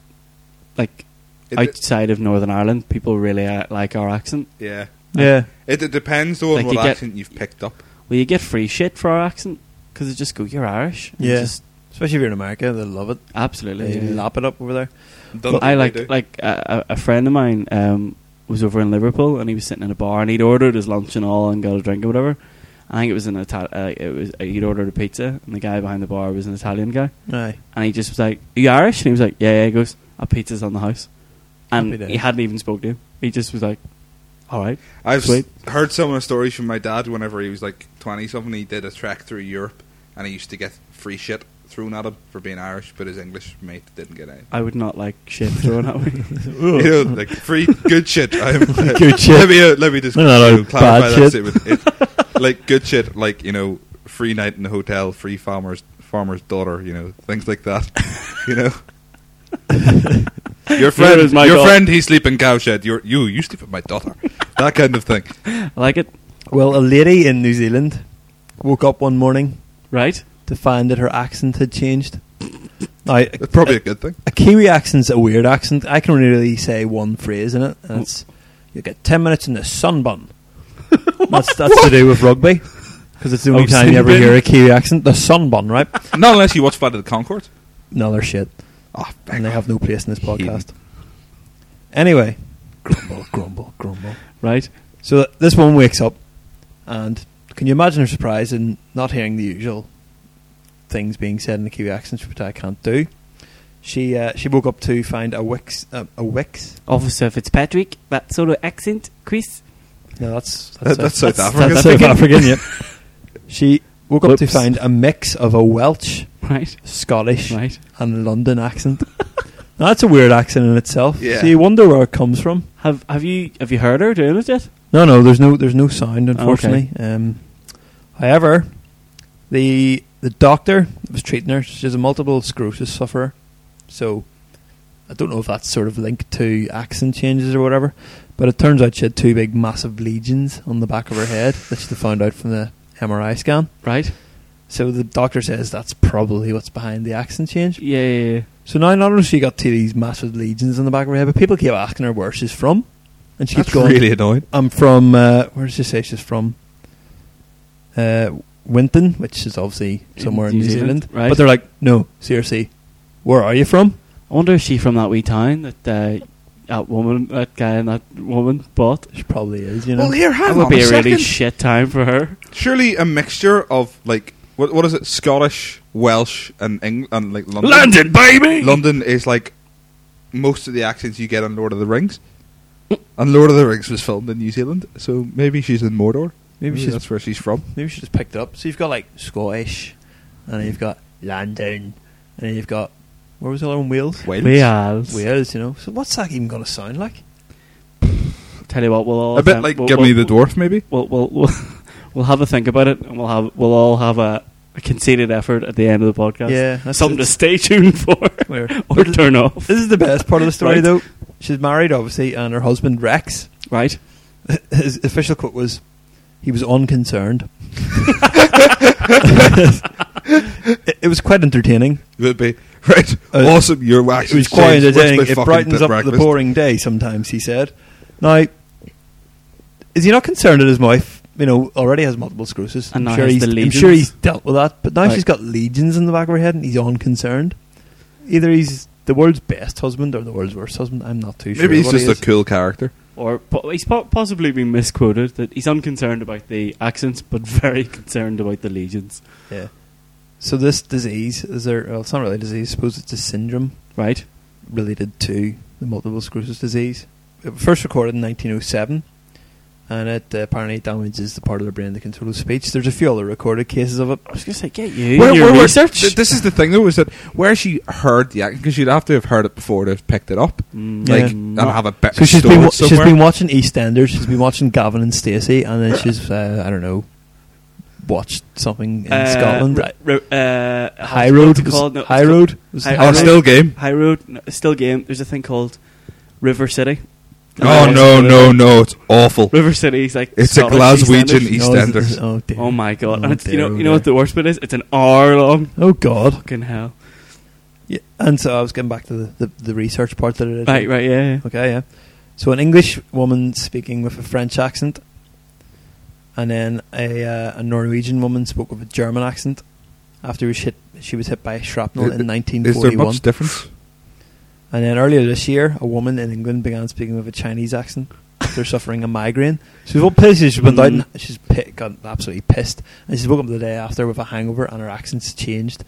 S1: like,
S2: It-
S1: outside of Northern Ireland, people really uh, like our accent.
S2: yeah.
S3: Yeah.
S2: It, it depends though on
S1: Like
S2: what
S1: you get-
S2: accent you've picked up.
S1: Well, you get free shit for our accent because they just go, "You're Irish." and
S3: Yeah.
S1: just-
S3: Especially if you're in America, they love it.
S1: absolutely.
S3: They
S1: yeah.
S3: lap it up over there.
S2: Don't
S1: Well, I
S2: think
S1: like
S2: they do.
S1: like a, a a friend of mine um, was over in Liverpool and he was sitting in a bar and he'd ordered his lunch and all and got a drink or whatever. I think it was an Italian. Uh, it was uh, he'd ordered a pizza and the guy behind the bar was an Italian guy
S3: Aye.
S1: and he just was like, "Are you Irish?" And he was like, "Yeah." yeah. He goes, "Our pizza's on the house," and
S3: Happy days.
S1: he hadn't even spoke to him. He just was like, "All right."
S2: I've s-
S1: Sweet.
S2: heard some of the stories from my dad whenever he was like 20 something. He did a trek through Europe and he used to get free shit thrown at him for being Irish, but his English mate didn't get any.
S1: I would not like shit thrown at me.
S2: You know, like free good shit. I'm,
S3: Good shit.
S2: Let me, uh, let me just
S3: We're not
S2: you know,
S3: all
S2: clarify
S3: bad
S2: that
S3: shit.
S2: statement. It, like good shit, like you know, free night in the hotel, free farmer's farmer's daughter, you know, things like that. You know, your friend,
S1: is my
S2: your
S1: dog.
S2: friend, he sleep in cowshed. You you you sleep with my daughter. That kind of thing.
S1: I like it,
S3: Well, a lady in New Zealand woke up one morning
S1: right?
S3: to find that her accent had changed. Now, a,
S2: That's probably a good thing.
S3: a Kiwi accent's a weird accent. I can only really say one phrase in it, and it's you get ten minutes in the sunbun. that's that's to do with rugby because it's the only
S1: Oh,
S3: time you ever
S1: sunbun.
S3: hear a Kiwi accent. The sunbun, right?
S2: Not unless you watch Flight of the Concord.
S3: no, they're shit,
S2: Oh,
S3: and they have no place in this
S2: Hidden.
S3: podcast. Anyway, grumble, grumble, grumble.
S1: Right.
S3: So th- this woman wakes up, and can you imagine her surprise in not hearing the usual things being said in the Kiwi accent, which I can't do? She uh, she woke up to find a Wix uh, a Wix.
S1: Officer Fitzpatrick, that sort of accent, Chris.
S3: No, that's
S2: That- that's South
S3: that's-
S2: African.
S3: that's South African. Yep. She woke up to
S1: Whoops.
S3: find a mix of a Welsh,
S1: Right.
S3: Scottish,
S1: Right.
S3: and London accent. now, that's a weird accent in itself.
S2: Yeah.
S3: So you wonder where it comes from.
S1: Have Have you Have you heard her doing it yet?
S3: No, no, there's no there's no sound,
S1: okay.
S3: unfortunately. Um, however, the the doctor that was treating her. She's a multiple sclerosis sufferer, so I don't know if that's sort of linked to accent changes or whatever. But it turns out she had two big, massive legions on the back of her head that she found out from the MRI scan.
S1: Right.
S3: So the doctor says that's probably what's behind the accent change.
S1: Yeah. yeah, yeah.
S3: So now not only has she got two of these massive legions on the back of her head, but people keep asking her where she's from, and she
S2: That's
S3: keeps going.
S2: really annoying.
S3: I'm from uh, where does she say she's from? Uh, Winton, which is obviously
S1: In
S3: somewhere in
S1: New
S3: New, Zealand.
S1: Zealand, right.
S3: But they're like, no, seriously, where are you from?
S1: I wonder if she from that wee town that uh, that woman, that guy, and that woman bought.
S3: She probably is, you know.
S2: well, here,
S1: That
S2: hang
S1: would
S2: on
S1: be
S2: a
S1: a really
S2: second.
S1: shit time for her.
S2: Surely a mixture of like what what is it? Scottish, Welsh, and Eng- and like London.
S1: baby.
S2: London is like most of the accents you get on Lord of the Rings. And Lord of the Rings was filmed in New Zealand, so maybe she's in Mordor.
S3: Maybe she's-
S2: that's where she's from.
S3: Maybe she just picked it up. So you've got like Scottish, and then you've got London, and then you've got where was the other one? Wales.
S2: Wales.
S1: Wales.
S3: Wales, you know. So what's that even going to sound like?
S1: Tell you what, we'll all
S2: A bit
S1: attempt-
S2: like
S1: we'll,
S2: Give
S1: we'll,
S2: Me the Dwarf, maybe.
S1: We'll we'll, we'll, we'll have a think about it, and we'll have we'll all have a, a conceited effort at the end of the podcast.
S3: Yeah, that's
S1: something
S3: it.
S1: to stay tuned for
S3: Where?
S1: or turn off.
S3: This is the best part of the story,
S1: Right.
S3: though. She's married, obviously, and her husband Rex.
S1: Right.
S3: his official quote was, "He was unconcerned." it, it was quite entertaining.
S2: It would be right.
S3: Uh,
S2: awesome, you're
S3: It
S2: waxing.
S3: was quite
S2: changed. Where's my
S3: entertaining. It
S2: fucking
S3: brightens up
S2: breakfast?
S3: the boring day. Sometimes he said. Now, is he not concerned that his wife, you know, already has multiple sclerosis?
S1: And now
S3: I'm, sure
S1: has
S3: he's,
S1: the
S3: I'm
S1: legions.
S3: sure he's dealt with that, but now
S1: Right.
S3: she's got legions in the back of her head, and he's unconcerned. Either he's the world's best husband or the world's worst husband. I'm not too sure.
S2: Maybe he's
S3: what he
S2: just
S3: is.
S2: a cool character.
S1: Or po- he's po- possibly been misquoted that he's unconcerned about the accents, but very concerned about the legions.
S3: Yeah. So this disease is there? Well, it's not really a disease. I suppose it's a syndrome.
S1: Right.
S3: related to the multiple sclerosis disease. It was first recorded in 1907, and it uh, apparently damages the part of the brain that controls speech. There's a few other recorded cases of it.
S1: I was going to say, get you.
S2: Where-
S1: your
S2: where- where-
S1: research.
S2: th- this is the thing though, is that where she heard the act because she'd have to have heard it before to have picked it up,
S1: Mm,
S3: Yeah.
S2: like and
S1: not-
S2: have a better
S3: So she's
S2: stored
S3: been wa- she's
S2: somewhere.
S3: been watching EastEnders. She's been watching Gavin and Stacey, and then she's uh, I don't know watched something in
S1: uh,
S3: Scotland.
S1: ro- ro- uh,
S3: High
S1: what's
S3: Road.
S1: it
S3: Was,
S1: called? No, it's
S3: High
S1: called-
S3: Road. Was
S1: High
S3: High
S2: oh,
S1: Road.
S3: Road.
S2: still game.
S1: High Road. no, still game. There's a thing called River City.
S2: Oh no, no, no! It's awful.
S1: River City is like
S2: It's a
S1: Scottish
S2: Glaswegian
S1: EastEnders.
S3: No, it's- it's-
S2: EastEnders.
S3: Oh, dear.
S1: Oh my god!
S3: Oh
S1: and it's, you
S3: dear,
S1: know,
S3: oh
S1: you know what
S3: dear.
S1: the worst bit is? It's an hour long.
S3: oh God.
S1: Fucking hell!
S3: Yeah. And so I was getting back to the, the, the research part that I did.
S1: Right, right, yeah. yeah.
S3: Okay, yeah. So an English woman speaking with a French accent, and then a, uh, a Norwegian woman spoke with a German accent after she was hit, she was hit by shrapnel
S2: Is-
S3: in
S2: Is there
S3: 1941.
S2: much difference?
S3: and then earlier this year, a woman in England began speaking with a Chinese accent. They're suffering a migraine. So of all places, she's been
S1: Mm.
S3: down. She's pi got absolutely pissed, and she's woke up the day after with a hangover, and her accent's changed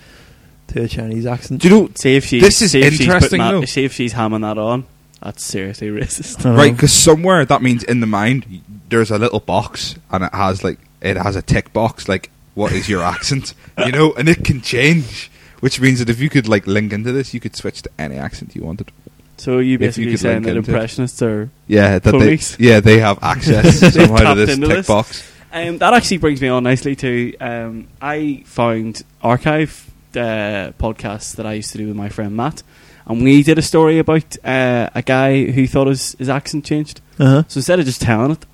S3: to a Chinese accent.
S2: Do you know?
S1: See if she.
S2: This is
S1: see if she's putting
S2: interesting,
S1: that-
S2: though.
S1: See if she's hamming that on. That's seriously racist.
S3: I
S2: Right,
S3: know.
S2: because somewhere that means in the mind there's a little box and it has like it has a tick box like what is your accent, you know, and it can change. Which means that if you could like link into this, you could switch to any accent you wanted.
S1: So are you
S2: If you
S1: basically
S2: could
S1: saying
S2: link
S1: that
S2: into it.
S1: impressionists are.
S2: Yeah, that
S1: Police.
S2: they yeah they have access
S1: They've
S2: somehow
S1: tapped
S2: to this
S1: into
S2: tick
S1: this.
S2: box.
S1: Um, that actually brings me on nicely to um, I found archive uh, podcasts that I used to do with my friend Matt, and we did a story about uh, a guy who thought his, his accent changed.
S3: Uh-huh.
S1: So instead of just telling it,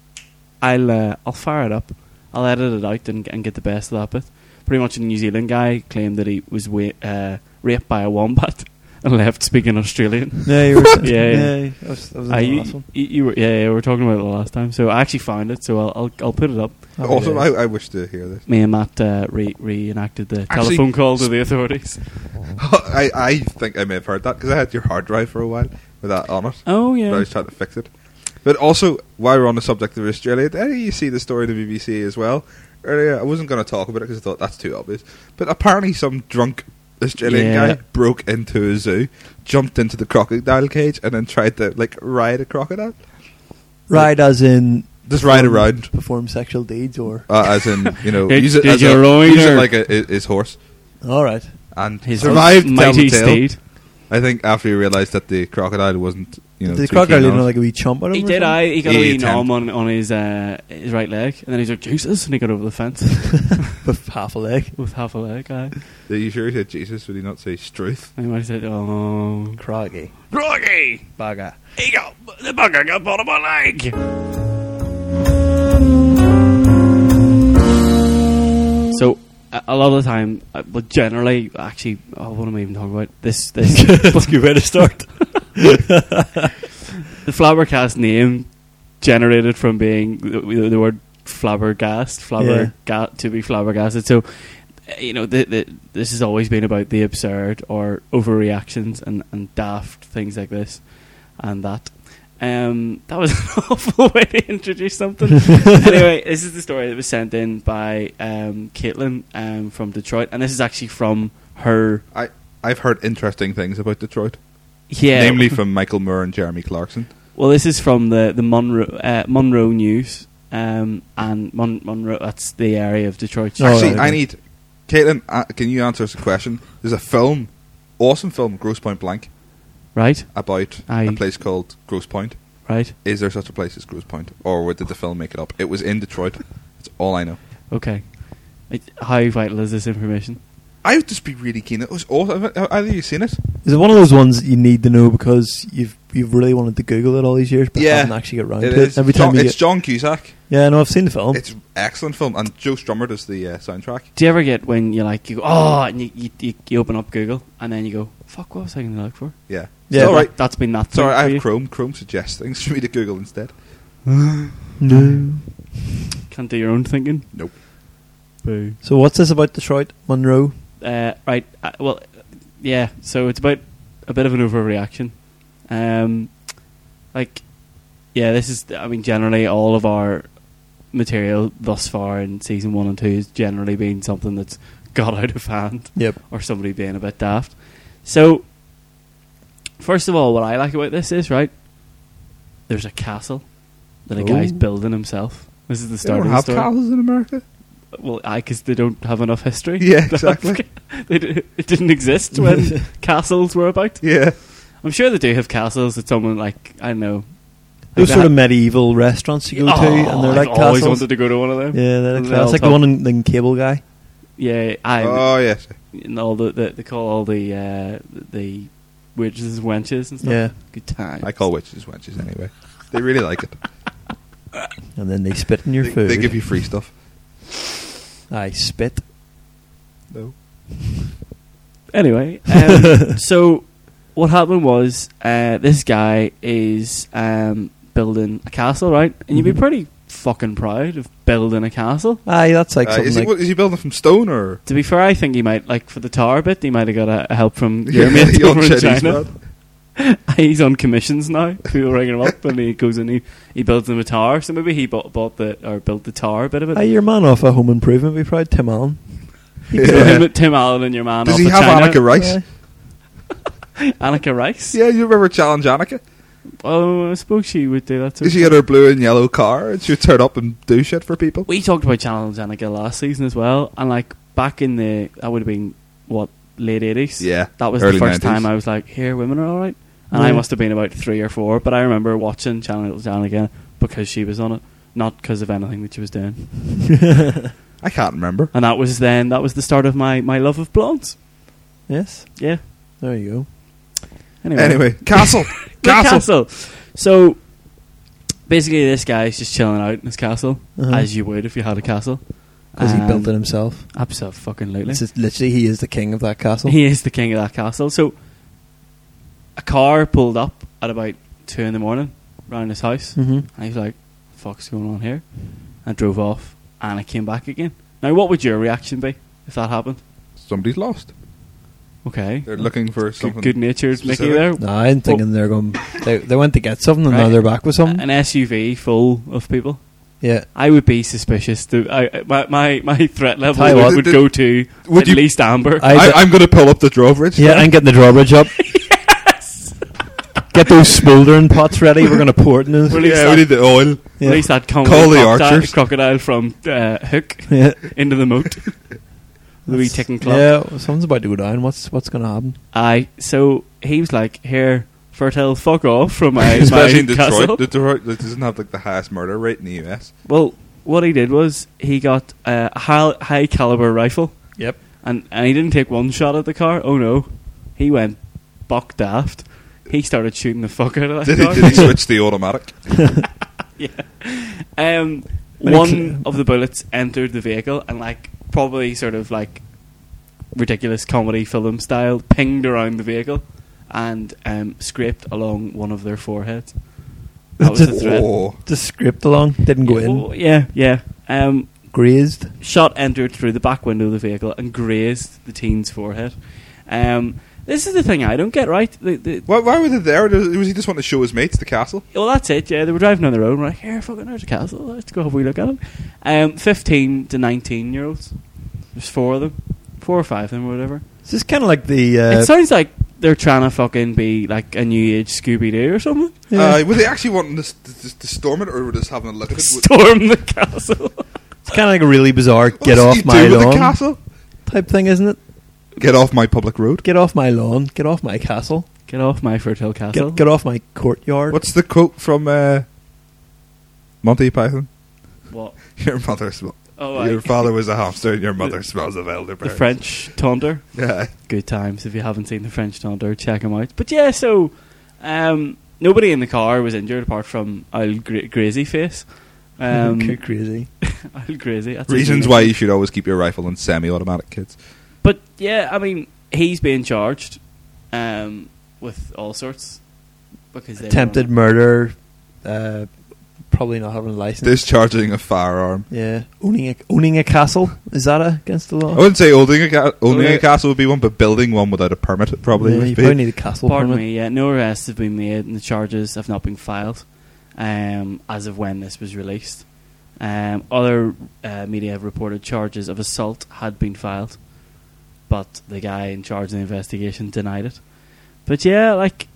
S1: I'll uh, I'll fire it up. I'll edit it out and, and get the best of that bit. Pretty much a New Zealand guy claimed that he was wa- uh, raped by a wombat and left speaking Australian.
S3: Yeah, you were.
S1: Yeah, yeah.
S3: I was, I was in
S1: I,
S3: the
S1: you,
S3: last one.
S1: you- you were, yeah, yeah, we were talking about it the last time. So I actually found it, so I'll I'll, I'll put Oh, it up.
S3: Happy
S2: Awesome!
S3: days.
S2: I, I wish to hear this.
S1: Me and Matt uh, re- reenacted the
S2: Actually-
S1: telephone call to the authorities.
S2: I I think I may have heard that because I had your hard drive for a while with that on it.
S1: Oh
S2: but I
S1: yeah,
S2: was trying to fix it. But also, while we're on the subject of Australia, did any of you see the story in the BBC as well? Earlier, I wasn't going to talk about it because I thought that's too obvious. But apparently, some drunk Australian
S1: Yeah.
S2: guy broke into a zoo, jumped into the crocodile cage, and then tried to like ride a crocodile,
S3: Ride as in
S2: just ride around
S3: perform sexual deeds, or
S2: uh, as in you know
S1: Did-
S2: use it
S1: did
S2: as
S1: you
S2: a,
S1: ruin
S2: use it
S1: her?
S2: like a, his horse Uh,
S3: all right.
S2: and
S1: his
S2: survived. tell
S1: mighty
S2: the tale.
S1: steed.
S2: I think after he realised that the crocodile wasn't you know
S3: Did the
S2: too
S3: crocodile,
S2: keen
S3: you
S2: on
S3: know,
S2: it.
S3: like a wee chomp at him.
S1: He
S3: or
S1: did.
S3: something?
S1: I he got a
S2: He
S1: wee
S2: attempt.
S1: nom on, on his uh, his right leg, and then he's like Jesus, and he got over the fence
S3: with half a leg.
S1: with half a leg. Aye.
S2: Are you sure he said Jesus? Would he not say Struth?
S1: And he might have said, "Oh,
S3: Croggy
S1: Groggy,
S3: bugger.
S1: he got the bugger got part of my leg." So a a lot of the time, uh, but generally, actually, oh, what am I even talking about? This this
S3: Let's get ready to start.
S1: the flabbergast name generated from being the, the, the word flabbergast, flabberga to be flabbergasted. So, uh, you know, the, the, this has always been about the absurd or overreactions and, and daft things like this and that. Um, that was an awful way to introduce something. anyway, this is the story that was sent in by um, Caitlin um, from Detroit, and this is actually from her.
S2: I I've heard interesting things about Detroit,
S1: Yeah,
S2: namely from Michael Moore and Jeremy Clarkson.
S1: Well, this is from the the Monroe uh, Monroe News, um, and Mon- Monroe that's the area of Detroit.
S3: Oh,
S2: Actually,
S3: right,
S2: I
S3: okay.
S2: need Caitlin. Uh, can you answer us a question? There's a film, awesome film, Gross Point Blank,
S1: right,
S2: about
S1: Aye.
S2: a place called Gross Point.
S1: right,
S2: Is there such a place as Gross Point, or did the film make it up? It was in Detroit. That's all I know.
S1: okay. It, how vital is this information?
S2: I would just be really keen. It was awesome. Have either of you seen it?
S3: Is it one of those ones that you need to know because you've you've really wanted to Google it all these years, but
S2: Yeah.
S3: haven't actually got round
S2: It
S3: to
S2: is.
S3: it? Every
S2: John,
S3: time you
S2: it's
S3: get,
S2: John Cusack.
S3: yeah, no, I've seen the film.
S2: It's excellent film, and Joe Strummer does the uh, soundtrack.
S1: Do you ever get when you like you go, oh and you, you, you, you open up Google and then you go fuck what was I going to look for?
S2: Yeah,
S3: Yeah.
S2: It's all right.
S1: That, has been that.
S2: Sorry,
S1: thing
S2: I
S1: for you.
S2: have Chrome. Chrome suggests things for me to Google instead.
S3: no.
S1: Can't do your own thinking.
S2: Nope.
S1: Boo.
S3: So what's this about Detroit Monroe?
S1: uh, right. Uh, well, yeah. So it's about a bit of an overreaction. Um, like, yeah, this is. I mean, generally, all of our material thus far in season one and two has generally been something that's got out of hand
S3: Yep.
S1: or somebody being a bit daft. So First of all, what I like about this is right. There's a castle that a guy's
S2: Ooh.
S1: building himself. This is the
S2: They
S1: start
S2: don't
S1: of the
S2: have
S1: story.
S2: castles in America.
S1: Well, I because they don't have enough history.
S2: Yeah, exactly.
S1: they d- it didn't exist when castles were about.
S2: Yeah.
S1: I'm sure they do have castles that someone like I don't know. Like
S3: Those sort
S1: that-
S3: of medieval restaurants you go to, and they're
S1: Oh, I've
S3: like
S1: always
S3: castles.
S1: wanted to go to one of them.
S3: Yeah, they're
S1: And
S3: like,
S1: they're
S3: castles.
S1: all
S3: like the
S1: top.
S3: one in, in Cable Guy.
S1: Yeah, I
S2: oh yes.
S1: and all the, the they call all the uh, the witches wenches and stuff.
S3: Yeah,
S1: good time.
S2: I call witches wenches anyway. They really like it.
S3: and then they spit in your
S2: they,
S3: food.
S2: they give you free stuff.
S3: I spit.
S2: No.
S1: Anyway, um, so what happened was uh, this guy is um, building a castle, right? And you'd
S3: Mhm.
S1: be pretty fucking proud of building a castle.
S3: Aye, that's like
S2: Uh,
S3: something
S2: is, he,
S3: like
S2: what, is he building from stone or?
S1: To be fair, I think he might like for the tower bit. He might have got a, a help from your
S2: Yeah,
S1: mate
S2: you're
S1: over in
S2: Chinese,
S1: China.
S2: man.
S1: He's on commissions now. People ring him up, and he goes and he, he builds them a tower. So maybe he bought, bought the or built the tower bit of it.
S3: Aye, your man off a home improvement. Be proud, Tim Allen.
S1: You know, him at Tim Allen and your man.
S2: Does
S1: off
S2: he
S1: of
S2: have
S1: China.
S2: Annika Rice?
S3: Aye.
S1: Annika Rice?
S2: Yeah, you remember Challenge Annika?
S1: Oh, I suppose she would do that too.
S2: She had her blue and yellow car and she would turn up and do shit for people.
S1: we talked about Challenge Annika last season as well, and like back in the that would have been what late eighties.
S2: Yeah.
S1: that was
S2: early
S1: the first
S2: 90s.
S1: time I was like, "Here, women are all right," and I
S3: Yeah.
S1: must have been about three or four. But I remember watching Challenge Annika because she was on it, not because of anything that she was doing.
S2: I can't remember.
S1: And that was then that was the start of my my love of blondes.
S3: Yes,
S1: Yeah.
S3: there you go.
S1: Anyway,
S2: Anyway, castle.
S1: The
S2: castle.
S1: castle. So basically, this guy's just chilling out in his castle,
S3: Uh-huh.
S1: as you would if you had a castle.
S3: Because he
S1: Um,
S3: built it himself.
S1: Absolutely, fucking
S3: It's just literally, he is the king of that castle.
S1: He is the king of that castle. So, a car pulled up at about two in the morning round his house,
S3: hmm
S1: and he was like, "Fuck's going on here," and drove off. And I came back again. Now, what would your reaction be if that happened?
S2: Somebody's lost.
S1: Okay,
S2: They're looking for something.
S1: good natured Mickey
S2: specific.
S1: there.
S3: No, I'm thinking they're going. They, they went to get something, and now
S1: Right.
S3: they're back with something.
S1: An SUV full of people.
S3: yeah,
S1: I would be suspicious. To I, my, my my threat level
S3: Tell you
S1: would,
S2: what,
S1: would
S2: did-
S1: go to
S2: would
S1: at
S2: you-
S1: least Amber.
S3: I-
S2: I, I'm going to pull up the drawbridge.
S3: yeah. I'm getting the drawbridge up. yes. Get those smouldering pots ready. We're going to pour it in.
S1: We're
S3: This.
S1: Release
S2: yeah,
S1: that.
S2: we need the oil.
S1: at least that comedy
S2: Call the
S1: crocodile-
S2: archers.
S1: crocodile from uh, Hook
S3: yeah.
S1: into the moat. the wee ticking clock.
S3: Yeah, something's about to go down. What's what's going to happen?
S1: I so he was like, "Here, fertile, fuck off from my,
S2: Especially
S1: my
S2: in
S1: castle."
S2: Detroit. Detroit like, doesn't have like the highest murder rate in the US.
S1: Well, what he did was he got uh, a high, high caliber rifle,
S3: Yep.
S1: and and he didn't take one shot at the car. Oh no, he went buck daft. He started shooting the fuck out of that
S2: Did he,
S1: car.
S2: did he switch the automatic?
S1: Um,
S3: But he
S1: one
S3: cl-
S1: of the bullets entered the vehicle and, like, probably sort of like ridiculous comedy film style, pinged around the vehicle and um, scraped along one of their foreheads. That was the threat.
S2: Oh,
S3: Just scraped along, didn't go
S1: Oh,
S3: in.
S1: yeah, yeah. Um,
S3: Grazed.
S1: shot entered through the back window of the vehicle and grazed the teen's forehead. Um, this is the thing I don't get right. The, the,
S2: why, why were they there? Was he just wanting to show his mates the castle?
S1: Well, that's it. Yeah, they were driving on their own. Right here, fucking there's a castle. Let's go have a wee look at it. Um, fifteen to nineteen year olds. There's four of them, four or five of them, or whatever.
S3: It's just kind of like the. Uh,
S1: it sounds like they're trying to fucking be like a new age Scooby Doo or something.
S3: yeah.
S2: Uh, were they actually wanting to, s- to, to storm it, or were they just having a look at it?
S1: Storm the castle.
S3: it's kind of like a really bizarre
S2: What
S3: get
S2: does he do
S3: off my
S2: with the
S3: lawn
S2: castle?
S3: type thing, isn't it?
S2: Get off my public road.
S3: Get off my lawn. Get off my castle.
S1: Get off my fertile castle.
S3: Get get off my courtyard.
S2: What's the quote from uh, Monty Python?
S1: What?
S2: Your mother sm-
S1: Oh,
S2: your
S1: I,
S2: father was a hamster, and your mother smells of
S1: the
S2: elderberry.
S1: French taunter.
S2: Yeah.
S1: good times. If you haven't seen the French Taunter, check them out. But yeah, so um, nobody in the car was injured apart from Owl Gra- Grazy Face. Um,
S3: You're crazy.
S1: Owl Grazy. That's his
S2: Reasons
S1: name.
S2: why you should always keep your rifle in semi-automatic, kids.
S1: But yeah, I mean, he's being charged um, with all sorts because they were
S3: Attempted
S1: on-
S3: murder. Uh, probably not having a license.
S2: Discharging a firearm.
S3: yeah, owning a owning a castle is that against the
S2: I
S1: Oh.
S3: law?
S2: wouldn't say owning a, ca- owning
S1: yeah.
S2: a castle would be one, but building one without a permit probably
S3: yeah,
S2: would
S3: you
S2: be.
S3: probably need a castle
S1: Pardon
S3: permit.
S1: me. Yeah, no arrests have been made, and the charges have not been filed um, as of when this was released. Um, other uh, media have reported charges of assault had been filed, but the guy in charge of the investigation denied it. But yeah, like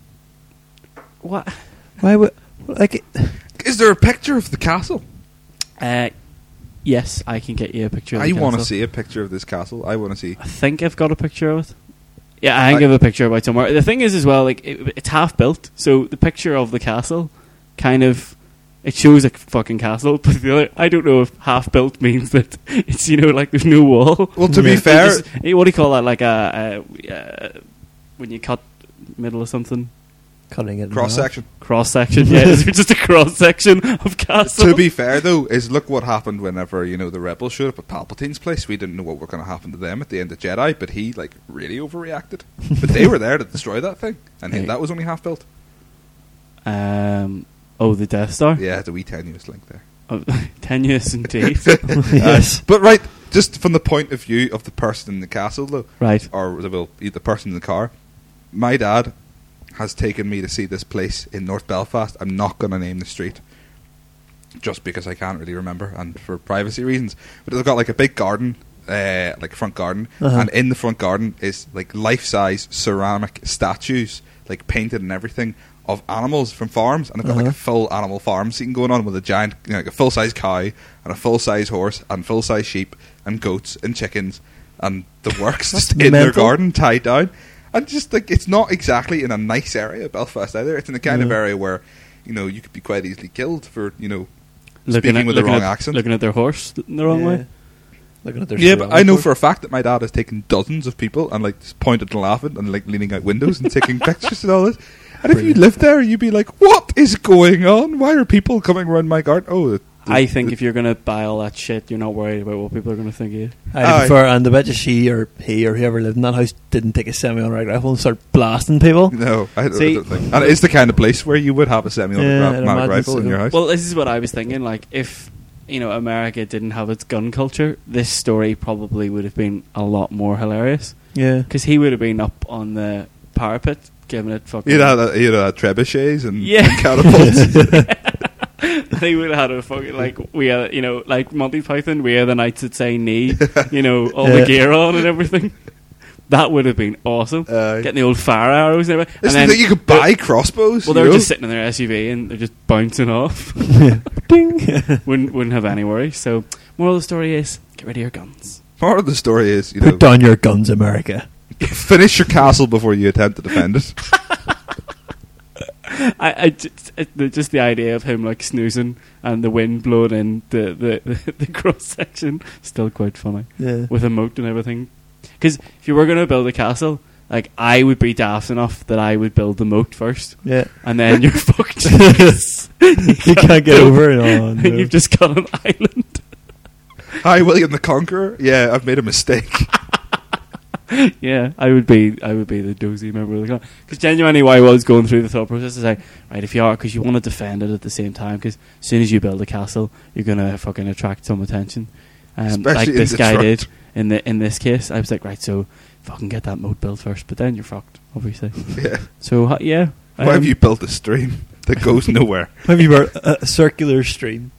S1: What?
S3: Why would like it,
S2: Is there a picture of the castle?
S1: Uh, yes, I can get you a picture. Of
S2: I
S1: the
S2: want to
S1: castle.
S2: see a picture of this castle. I want to see.
S1: I think I've got a picture of it. Yeah, I think
S2: I-
S1: I have a picture of it somewhere. The thing is, as well, like it, it's half built, so the picture of the castle kind of it shows a fucking castle, but the other I don't know if half built means that it's you know like there's no wall.
S2: Well, to
S3: Yeah.
S2: be
S3: It
S2: fair,
S1: It's- eh, what do you call that? Like a, a, uh when you cut middle of something
S3: cutting it in
S2: cross
S3: half.
S2: section.
S1: cross section. Yeah, it's just a cross section of castle.
S2: to be fair, though, is look what happened whenever you know the rebels showed up at Palpatine's place. We didn't know what were going to happen to them at the end of Jedi, but he like really overreacted. But they were there to destroy that thing, and
S1: Hey.
S2: that was only half built.
S1: um, oh, the Death Star.
S2: Yeah, the wee tenuous link there.
S1: Oh, tenuous indeed.
S3: yes.
S2: But right, just from the point of view of the person in the castle, though,
S1: right.
S2: or the well, the person in the car, my dad has taken me to see this place in North Belfast. I'm not going to name the street. Just because I can't really remember, and for privacy reasons, but they've got like a big garden, uh, like front garden,
S3: Uh-huh.
S2: and in the front garden is like life-size ceramic statues, like painted and everything, of animals from farms, and they've got like a
S3: Uh-huh.
S2: full animal farm scene going on with a giant, you know, like a full-size cow and a full-size horse and full-size sheep and goats and chickens and the works just in their
S3: mental.
S2: garden tied down. And just like it's not exactly in a nice area of Belfast either. It's in the kind of
S3: Yeah.
S2: area where, you know, you could be quite easily killed for, you know,
S1: Looking
S2: speaking
S1: at,
S2: with the
S1: looking
S2: wrong
S1: at-
S2: accent.
S1: Looking at their horse in the wrong
S3: Yeah.
S1: way.
S3: Looking at their
S2: yeah, but I know
S3: surroundings.
S2: for a fact that my dad has taken dozens of people and like just pointed and laughing and like leaning out windows and taking pictures and all this. And if you
S3: Brilliant.
S2: lived there, you'd be like, "What is going on? Why are people coming around my garden?" Oh, the, the-
S1: I think
S2: the-
S1: if you're going to buy all that shit, you're not worried about what people are going to think of you.
S3: I
S2: Aye.
S3: prefer, and the bet you she or he or whoever lived in that house didn't take a semi-automatic rifle and start blasting people.
S2: no, I don't, I
S1: See-
S2: don't think. And it's the kind of place where you would have a
S3: Yeah, I'd
S2: semi-automatic
S3: imagine
S2: rifle in
S3: so.
S2: your house.
S1: Well, this is what I was thinking. Like, if, you know, America didn't have its gun culture, this story probably would have been a lot more hilarious.
S3: Yeah,
S1: Because he would have been up on the parapet giving it fucking.
S2: You know, you know, trebuchets and,
S1: Yeah.
S2: and catapults.
S1: they would have had a fucking like we are you know like Monty Python we are the knights that say knee you know all the
S3: Yeah.
S1: gear on and everything that would have been awesome
S2: Aye.
S1: getting the old fire arrows and everything
S2: Uh, It's
S1: and
S2: the thing you could buy crossbows.
S1: well
S2: you
S1: they're
S2: know?
S1: just sitting in their SUV and they're just bouncing off
S3: ding.
S1: wouldn't wouldn't have any worry so moral of the story is get rid of your guns
S2: Part of the story is you know
S3: Put down your guns, America.
S2: finish your castle before you attempt to defend it.
S1: I, I just, it- the- just the idea of him like snoozing and the wind blowing in the the, the, the cross section still quite funny
S3: Yeah,
S1: with a moat and everything. Because if you were going to build a castle, like I would be daft enough that I would build the moat first,
S3: yeah.
S1: and then you're fucked.
S3: you can't get over it. Oh, no.
S1: You've just got an island.
S2: Hi, William the Conqueror. Yeah, I've made a mistake.
S1: Yeah, I would be. I would be the dozy member of the clan. Because genuinely, why I was going through the thought process is like, right, if you are, because you want to defend it at the same time. Because as soon as you build a castle, you're gonna fucking attract some attention. Um,
S2: Especially
S1: like
S2: in
S1: this guy
S2: Detroit.
S1: did in the in this case. I was like, right, so fucking get that moat built first, but then you're fucked, obviously.
S2: Yeah.
S1: So uh, yeah,
S2: Why have
S1: um,
S2: you built a stream that goes nowhere?
S3: Have you got a, a circular stream?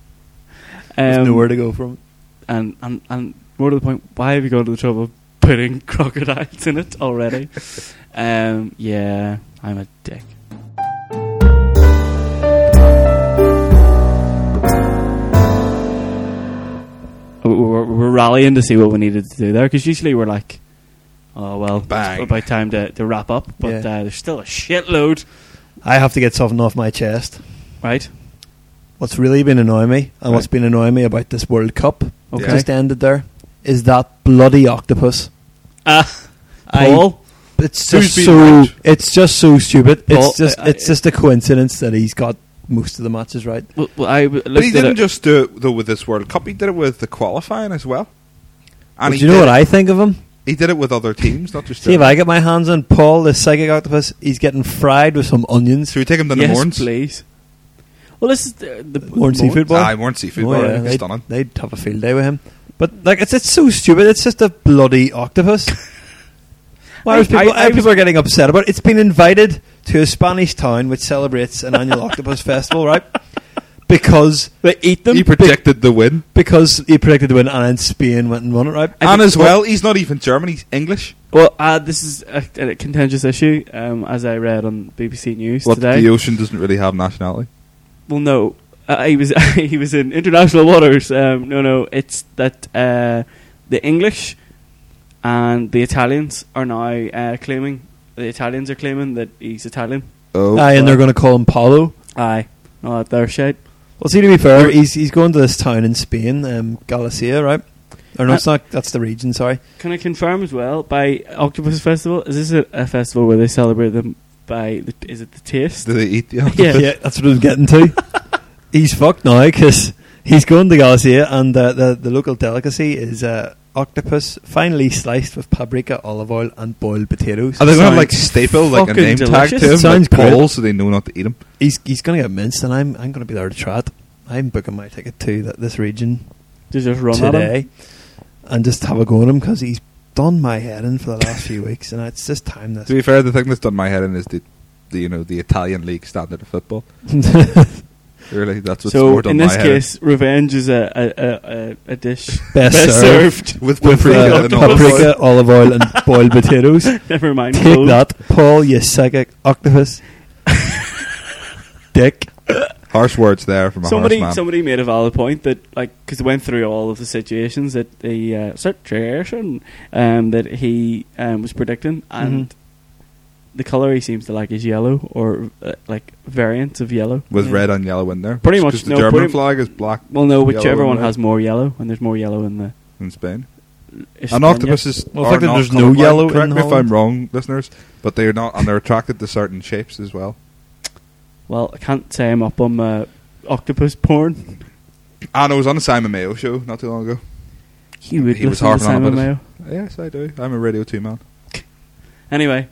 S3: There's
S1: um,
S3: nowhere to go from.
S1: and, and and more to the point, why have you gone to the trouble of putting crocodiles in it already? um, yeah, I'm a dick. We- We're, we're rallying to see what we needed to do there because usually we're like, oh well,
S2: Bang.
S1: it's about time to, to wrap up. But
S3: Yeah.
S1: uh, there's still a shitload,
S3: I have to get something off my chest.
S1: right?
S3: What's really been annoying me, and what's
S2: Right.
S3: been annoying me about this World Cup
S1: Okay.
S3: just ended there, is that bloody octopus.
S1: Uh,
S3: I-
S1: Paul,
S3: It's
S2: Who's
S3: just
S2: been
S3: so.
S2: right?
S3: It's just so stupid.
S1: Well, uh,
S3: It's just.
S1: I- I-
S3: It's just a coincidence that he's got most of the matches right.
S1: well, well, I w-
S2: But he
S1: looked at
S2: didn't
S1: it-
S2: just do it though with this World Cup. He did it with the qualifying as well.
S3: But
S2: he
S3: do you know
S2: did
S3: what
S2: it-
S3: I think of him?
S2: He did it with other teams, not just.
S3: See if
S2: Ireland.
S3: I get my hands on Paul, the psychic octopus. He's getting fried with some onions.
S2: Should we take him to the
S1: yes,
S2: Mourns?
S1: please. well, this is the, the
S3: Mourns seafood bar.
S2: Aye, Mourns
S3: Oh,
S2: seafood. bar, I think it's
S3: they'd,
S2: stunning.
S3: they'd have a field day with him. But like, it's it's so stupid. It's just a bloody octopus. Why
S1: I-
S3: are people?
S1: I- I
S3: why people are getting upset about it. It's been invited to a Spanish town which celebrates an annual octopus festival, right? Because
S1: They eat them.
S2: He predicted the win,
S3: because he predicted the win, and Spain went and won it, right?
S2: and as well, he's not even German. He's English.
S1: Well, uh, this is a, a contentious issue, um, as I read on BBC News
S2: What,
S1: today.
S2: the ocean doesn't really have nationality.
S1: Well, no, uh, he was he was in international waters. Um, no, no, it's that uh, the English and the Italians are now uh, claiming the Italians are claiming that he's Italian.
S2: Oh,
S1: Ah,
S3: Aye, and they're going to call him Paulo.
S1: Aye, not that their shit.
S3: Well, see, to be fair, he's, he's going to this town in Spain, um, Galicia, right? Or no,
S1: Uh,
S3: it's not. That's the region. Sorry.
S1: Can I confirm as well by Octopus Festival? Is this a, a festival where they celebrate them by the, is it the taste?
S2: do they eat the
S1: Yeah.
S3: Yeah, that's what I was getting to. he's fucked now because he's going to Galicia, and uh, the the local delicacy is uh, octopus finely sliced with paprika, olive oil, and boiled potatoes.
S2: Are they going to have like
S1: Sounds
S2: staple like a
S1: fucking
S2: name tag
S1: delicious.
S2: to him,
S3: Sounds
S2: like
S3: great.
S2: Paul, so they know not to eat him?
S3: He's he's going to get minced, and I'm I'm going to be there to try it. I'm booking my ticket to that, this region
S1: They just run at 'em.
S3: today, and just have a go at him because he's done my head in for the last few weeks, and it's just time
S2: To
S3: this.
S2: be fair, the thing that's done my head in is the, the you know the Italian league standard of football. Really, that's what's
S1: So
S2: more done
S1: in this
S2: my head in.
S1: case, revenge is a a, a, a, a dish
S3: Best served
S2: with
S3: with
S2: paprika,
S3: uh,
S2: and olive oil.
S3: paprika, olive oil, and boiled potatoes.
S1: Never mind.
S3: Take
S1: clothes.
S3: that, Paul, you psychic octopus. Dick.
S2: harsh words there from a
S1: Somebody,
S2: harsh man.
S1: somebody made a valid point that, like, because they went through all of the situations that the uh, situation um, that he um, was predicting, and
S2: Mm-hmm.
S1: the color he seems to like is yellow or uh, like variants of yellow.
S2: with
S3: Yeah.
S2: red and yellow in there.
S1: Pretty
S2: Just
S1: much,
S2: 'cause the
S1: no,
S2: German
S1: pretty-
S2: flag is black
S1: Well, no,
S2: Yellow
S1: whichever
S2: and
S1: one
S2: red.
S1: has more yellow, and there's more yellow in the.
S2: in Spain. An
S1: España.
S2: octopus is.
S3: Well,
S2: are
S3: I think that
S2: not
S3: there's no
S2: colourblind.
S3: yellow
S2: Correct
S3: in
S2: me if
S3: Holland.
S2: I'm wrong, listeners, but they're not, and they're attracted to certain shapes as well.
S1: Well, I can't say I'm up on uh, octopus porn.
S2: And I Ah, was on a Simon Mayo show not too long ago.
S1: He would
S2: He was
S1: listen to
S2: harping on
S1: Simon
S2: about it.
S1: Mayo.
S2: Yes, I do. I'm a Radio Two man.
S1: Anyway,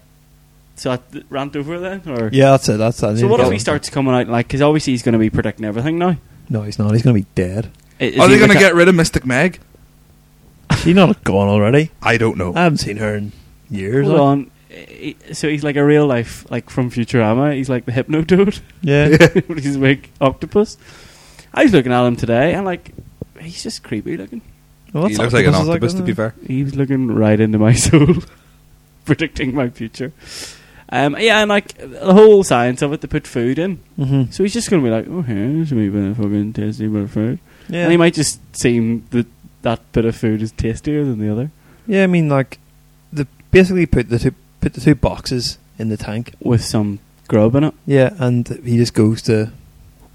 S1: so I th- rant over then, or
S3: Yeah, that's it. That's that.
S1: So what if
S2: Yeah.
S1: he starts coming out like? Because obviously he's going to be predicting everything now.
S3: No, he's not. He's going to be dead.
S1: I- is
S2: Are
S1: he
S2: they going to
S1: like a-
S2: get rid of Mystic Meg?
S3: She's not gone already.
S2: I don't know.
S3: I haven't seen her in years.
S1: Hold
S3: like.
S1: on. I- I- So he's like a real life, like from Futurama. He's like the hypno dude.
S3: Yeah.
S1: he's a big octopus. I was looking at him today, and like he's just creepy looking.
S3: Well,
S2: he
S3: that's
S2: looks like an
S3: octopuses,
S2: octopus, to
S3: isn't
S2: be
S3: it?
S2: fair.
S1: He was looking right into my soul, predicting my future. Um, yeah, and like the whole science of it, they put food in,
S3: Mhm.
S1: so he's just going to be like, "Oh, here's me bit of fucking tasty bit of food,"
S3: Yeah.
S1: and he might just seem that that bit of food is tastier than the other
S3: yeah, I mean, like, they basically put the two put the two boxes in the tank.
S1: with some grub in it.
S3: Yeah, and he just goes to.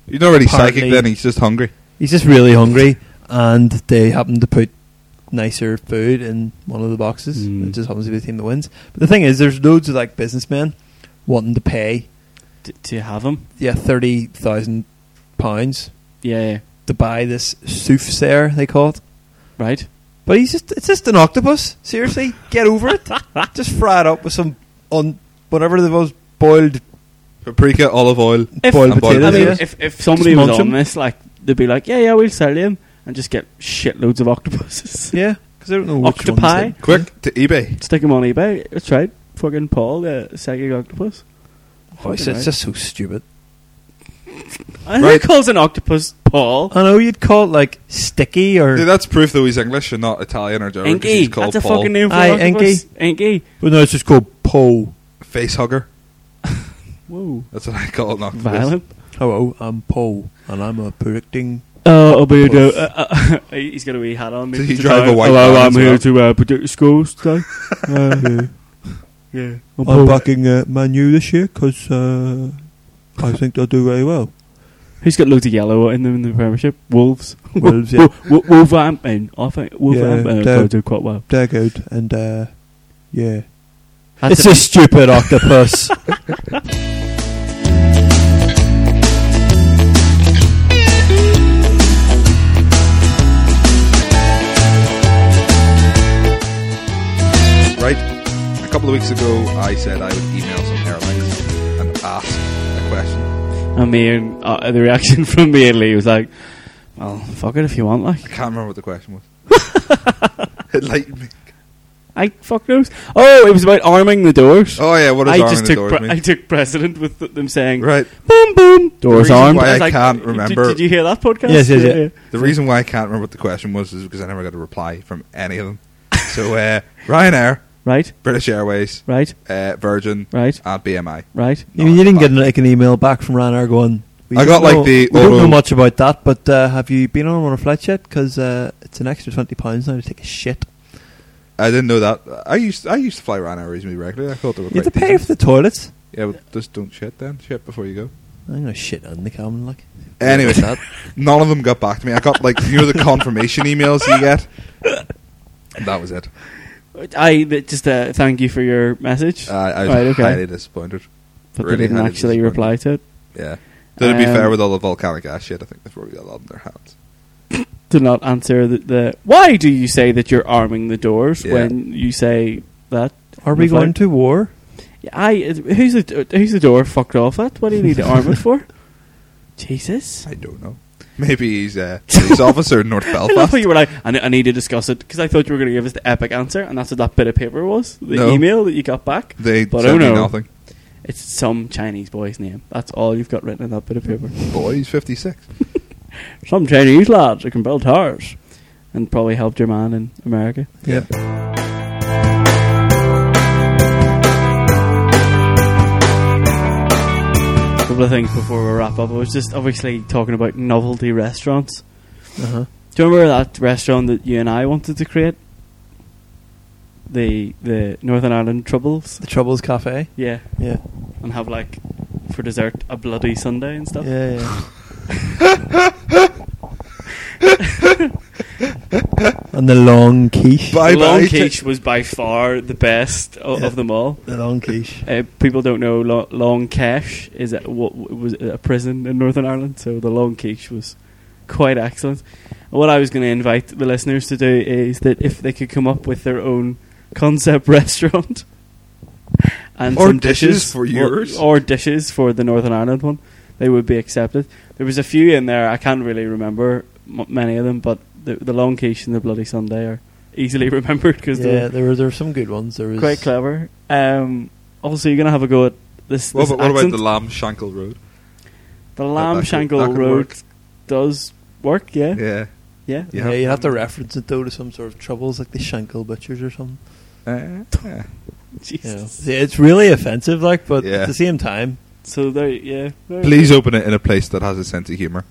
S2: You're not really psychic
S3: Partly-
S2: then, he's just hungry.
S3: He's just really hungry, and they happen to put nicer food in one of the boxes.
S1: Mm.
S3: It just happens to be the team that wins. But the thing is, there's loads of like businessmen wanting to pay
S1: to, to have him.
S3: yeah thirty thousand pounds
S1: Yeah, yeah.
S3: to buy this soothsayer they call it.
S1: right.
S3: But he's just it's just an octopus. Seriously, get over it. just fry it up with some on whatever the most boiled
S2: Paprika, olive oil.
S1: If-
S3: boiled
S2: And boiled
S3: potatoes.
S1: I mean,
S2: Yeah.
S3: yeah.
S1: if if somebody
S3: Just
S1: was
S3: munch
S1: on
S3: him.
S1: this, like they'd be like, yeah, yeah, we'll sell him and just get shitloads of octopuses.
S3: yeah, because I don't know which ones
S1: Octopi?
S3: they-
S2: Quick to eBay.
S1: Stick him on eBay. That's right. Fucking Paul, the psychic octopus.
S3: Oh, it's, it's just so stupid.
S1: And
S2: Right.
S1: Who calls an octopus Paul?
S3: I know you'd call it like sticky or
S2: Dude, that's proof though he's English and not Italian or German. 'cause
S1: Inky.
S2: He's called
S1: That's a
S2: Paul.
S1: fucking name for
S3: Aye,
S1: an octopus. Inky.
S3: But no, it's just called Poe.
S2: Face hugger.
S1: Whoa.
S2: That's what I call an octopus.
S1: Violent.
S3: Hello, I'm Poe, and I'm a predicting.
S1: Uh, I'll be
S3: Octopus.
S1: uh, uh, he's got a wee hat on.
S2: Did he
S1: He's
S2: drive
S1: like,
S2: a white
S1: Hello,
S2: van
S1: I'm
S2: as
S1: here
S2: well?"
S1: to uh, predict schools today. Uh, yeah. I'm
S3: I'm
S1: Paul.
S3: backing uh, Manu this year because uh, I think they'll do very well.
S1: Who's got loads of yellow in them in the Premiership? Wolves.
S3: Wolves, yeah.
S1: Wo- wo- Wolverhampton. I think Wolverhampton
S3: Yeah,
S1: are
S3: they're-
S1: going to do quite well.
S3: They're good, and uh, yeah.
S1: That's
S3: it's a stupid octopus.
S2: Right. A couple of weeks ago, I said I would email some airlines and ask a question.
S1: I mean, uh, the reaction from me and Lee was like, well, fuck it if you want, like.
S2: I can't remember what the question was. it lightened me.
S1: I fuck knows. Oh, it was about arming the doors.
S2: Oh yeah, what does
S1: I
S2: arm
S1: just
S2: in the
S1: took
S2: doors
S1: pre-
S2: mean?
S1: I took precedent with th- them saying,
S2: right.
S1: boom, boom, doors
S2: reason
S1: armed.
S2: why
S1: was
S2: I can't remember-
S1: Did, did you hear that podcast?
S3: Yes, yes, yeah.
S2: The reason why I can't remember what the question was is because I never got a reply from any of them. So uh, Ryanair
S1: right,
S2: British Airways,
S1: right,
S2: uh, Virgin,
S1: right,
S2: and BMI.
S1: right.
S2: No,
S3: you, mean, you
S2: it's
S3: didn't get
S2: fine.
S3: like an email back from Ryanair going. We
S2: I
S3: don't
S2: got, like,
S3: know-
S2: the
S3: We don't know
S2: auto-
S3: much about that, but uh, have you been on one of flights yet? Because uh, it's an extra twenty pounds now to take a shit.
S2: I didn't know that. I used I used to fly Ryanair reasonably regularly. I thought they were
S3: You
S2: quite
S3: have to pay
S2: decent.
S3: for the toilets.
S2: Yeah, but just don't shit then. Shit before you go.
S3: I'm gonna shit on the camera, like.
S2: Anyway,
S3: What's that?
S2: none of them got back to me. I got like you know the confirmation emails you get. That was it.
S1: I but just uh, thank you for your message.
S2: Uh, I was
S1: Right, okay.
S2: highly disappointed.
S1: but
S2: really
S1: they didn't
S2: highly
S1: actually
S2: disappointed.
S1: reply to it.
S2: Yeah. Though to be
S1: Um,
S2: fair, with all the volcanic ash shit, I think they've probably got a lot in their hands.
S1: Did not answer the, the. Why do you say that you're arming the doors
S2: Yeah.
S1: when you say that?
S3: Are we
S1: The flight?
S3: going to war?
S1: I who's the who's the door fucked off at? What do you need to arm it for? Jesus.
S2: I don't know. Maybe he's a police officer in North
S1: I love
S2: Belfast.
S1: how you were like, I, ne- I need to discuss it because I thought you were going to give us the epic answer, and that's what that bit of paper was the
S2: No.
S1: email that you got back.
S2: They
S1: But
S2: sent
S1: oh
S2: me
S1: no.
S2: nothing.
S1: It's some Chinese boy's name. That's all you've got written in that bit of paper.
S2: Boy, he's fifty six.
S1: Some Chinese lads who can build towers and probably helped your man in America.
S2: Yeah.
S1: A couple of things before we wrap up. I was just obviously talking about novelty restaurants.
S3: Uh-huh.
S1: Do you remember that restaurant that you and I wanted to create? The the Northern Ireland Troubles.
S3: The Troubles Cafe.
S1: Yeah,
S3: Yeah.
S1: and have like for dessert a bloody sundae and stuff.
S3: Yeah, yeah. and the long quiche.
S2: Bye
S1: Long
S2: bye.
S1: Quiche was by far the best o-
S3: Yeah.
S1: of them all.
S3: the long quiche.
S1: Uh, people don't know Lo- Long Cash is a, what was a prison in Northern Ireland, so the Long Quiche was quite excellent. And what I was going to invite the listeners to do is that if they could come up with their own concept restaurant and
S2: Or
S1: some
S2: dishes for
S1: or-
S2: yours.
S1: or, dishes for the Northern Ireland one, they would be accepted. There was a few in there I can't really remember m- many of them, but the, the Long Quiche and the Bloody Sunday are easily remembered because they're
S3: Yeah, there were there were some good ones. There was
S1: quite clever. Um, also, you're gonna have a go at this.
S2: What
S1: this
S2: about, what about
S1: accent.
S2: the Lamb Shankle Road?
S1: the
S2: that
S1: Lamb
S2: could-
S1: Shangle
S2: that could
S1: Road
S2: work.
S1: does work? Yeah, yeah.
S2: Yeah.
S3: Yeah, you have to reference it though to some sort of troubles like the Shankle Butchers or something.
S2: Uh, yeah.
S3: You know.
S1: Jesus.
S3: See, It's really offensive, like, but
S2: Yeah.
S3: at the same time,
S1: So there, yeah. there-
S2: Please open it in a place that has a sense of humour.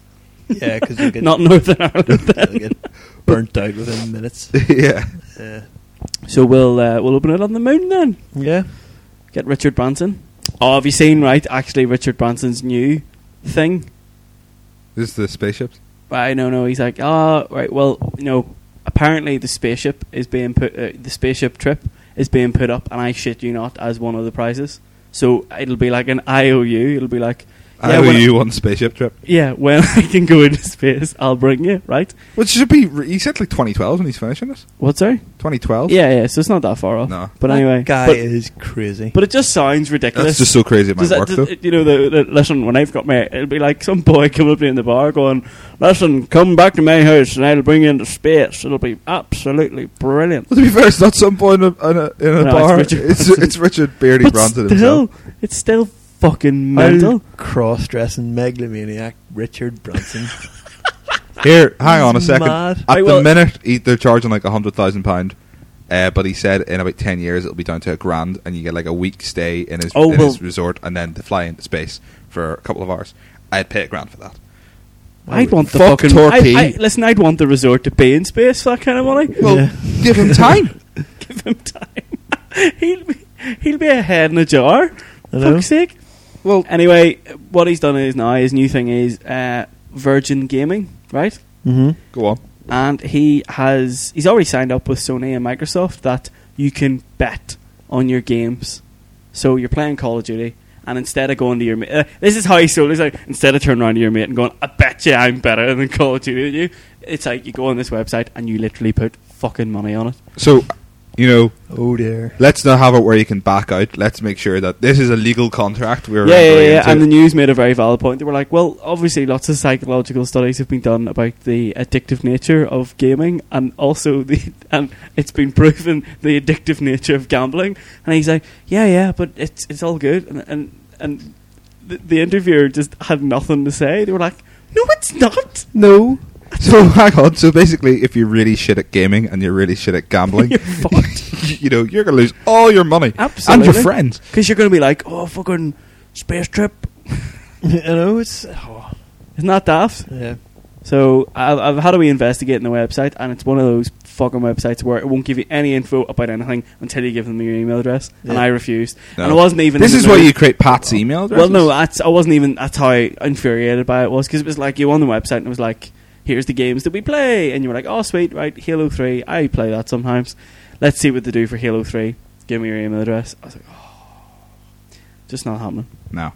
S3: yeah, because you'll get
S1: not Northern Ireland.
S3: you'll get burnt out within minutes.
S2: yeah.
S3: Yeah,
S1: so we'll uh, we'll open it on the moon then.
S3: yeah.
S1: Get Richard Branson. Oh, have you seen right? Actually, Richard Branson's new thing.
S2: This is the spaceships.
S1: I don't know. He's like, ah, right. Well, you know, apparently the spaceship is being put. Uh, the spaceship trip is being put up, and I shit you not, as one of the prizes. So it'll be like an IOU. It'll be like,
S2: I
S1: Yeah,
S2: owe
S1: when-
S2: you one spaceship trip.
S1: yeah, when I can go into space, I'll bring you. Right?
S2: Which should be. Re- he said like 2012 when he's finishing this.
S1: What? Sorry.
S2: 2012?
S1: Yeah, yeah. So it's not that far off.
S2: Oh. No.
S1: But anyway,
S3: that guy
S1: but,
S3: is crazy.
S1: but it just sounds ridiculous.
S2: That's just so crazy at my
S1: Does that-
S2: work,
S1: does-
S2: though.
S1: you know, the, the, listen, when I've got my, it'll be like some boy coming up to me in the bar going, listen, come back to my house and I'll bring you into space. It'll be absolutely brilliant.
S2: Well, to be fair, it's not some boy in a, in a, in
S1: No,
S2: a
S1: it's
S2: bar. It's
S1: Richard
S2: it's,
S1: Branson.
S2: Richard Beardy Bronson
S1: still,
S2: himself.
S1: it's still fucking mental.
S3: cross-dressing megalomaniac Richard Branson.
S2: Here, hang on a
S3: He's
S2: second.
S3: mad.
S2: At
S1: I
S2: the
S1: will-
S2: minute, he, they're charging like a hundred thousand pound. Uh, but he said in about ten years it'll be down to a grand, and you get like a week stay in his,
S1: Oh,
S2: in
S1: well-
S2: his resort, and then to fly into space for a couple of hours. I'd pay a grand for that.
S1: I'd want the
S2: Fuck
S1: fucking.
S2: Torquay.
S1: I, I, listen, I'd want the resort to be in space for that kind of money.
S2: Well,
S3: Yeah.
S2: give him time.
S1: Give him time. he'll be, he'll be a head in a jar.
S3: I know.
S1: Fuck's sake.
S2: well,
S1: Anyway, what he's done is now his new thing is uh, Virgin Gaming, right?
S3: mm-hmm.
S2: go on.
S1: and he has he's already signed up with Sony and Microsoft that you can bet on your games. So you're playing Call of Duty, and instead of going to your mate, uh, this is how he sold. it. He's like, instead of turning around to your mate and going, "I bet you I'm better than Call of Duty than you," it's like you go on this website and you literally put fucking money on it.
S2: So, you know,
S3: Oh dear.
S2: let's not have it where you can back out. Let's make sure that this is a legal contract. We're
S1: yeah, yeah,
S2: agreeing
S1: yeah.
S2: to.
S1: And the news made a very valid point. They were like, well, obviously, lots of psychological studies have been done about the addictive nature of gaming, and also the and it's been proven the addictive nature of gambling. And he's like, yeah, yeah, but it's it's all good. And and, and the, the interviewer just had nothing to say. They were like, no, it's not.
S3: No.
S2: So hang on. So basically, if you're really shit at gaming and you're really shit at gambling,
S1: You're fucked.
S2: you know you're gonna lose all your money
S1: Absolutely.
S2: and your friends.
S1: Because you're going to be like, oh, fucking space trip.
S3: you know, it's oh,
S1: Isn't that daft?
S3: yeah.
S1: So I've, I've had a wee investigate in the website, and it's one of those fucking websites where it won't give you any info about anything until you give them your email address, and
S3: Yeah.
S1: I refused.
S2: No.
S1: And I wasn't even.
S2: This
S1: in
S2: is
S1: the
S2: why
S1: mood.
S2: you create Pat's email address.
S1: Well, no, that's, I wasn't even. That's how infuriated by it was because it was like you on the website and it was like, "Here's the games that we play," and you were like, "Oh, sweet, right? Halo Three. I play that sometimes. Let's see what they do for Halo Three. Give me your email address." I was like, "Oh, just not happening."
S2: no.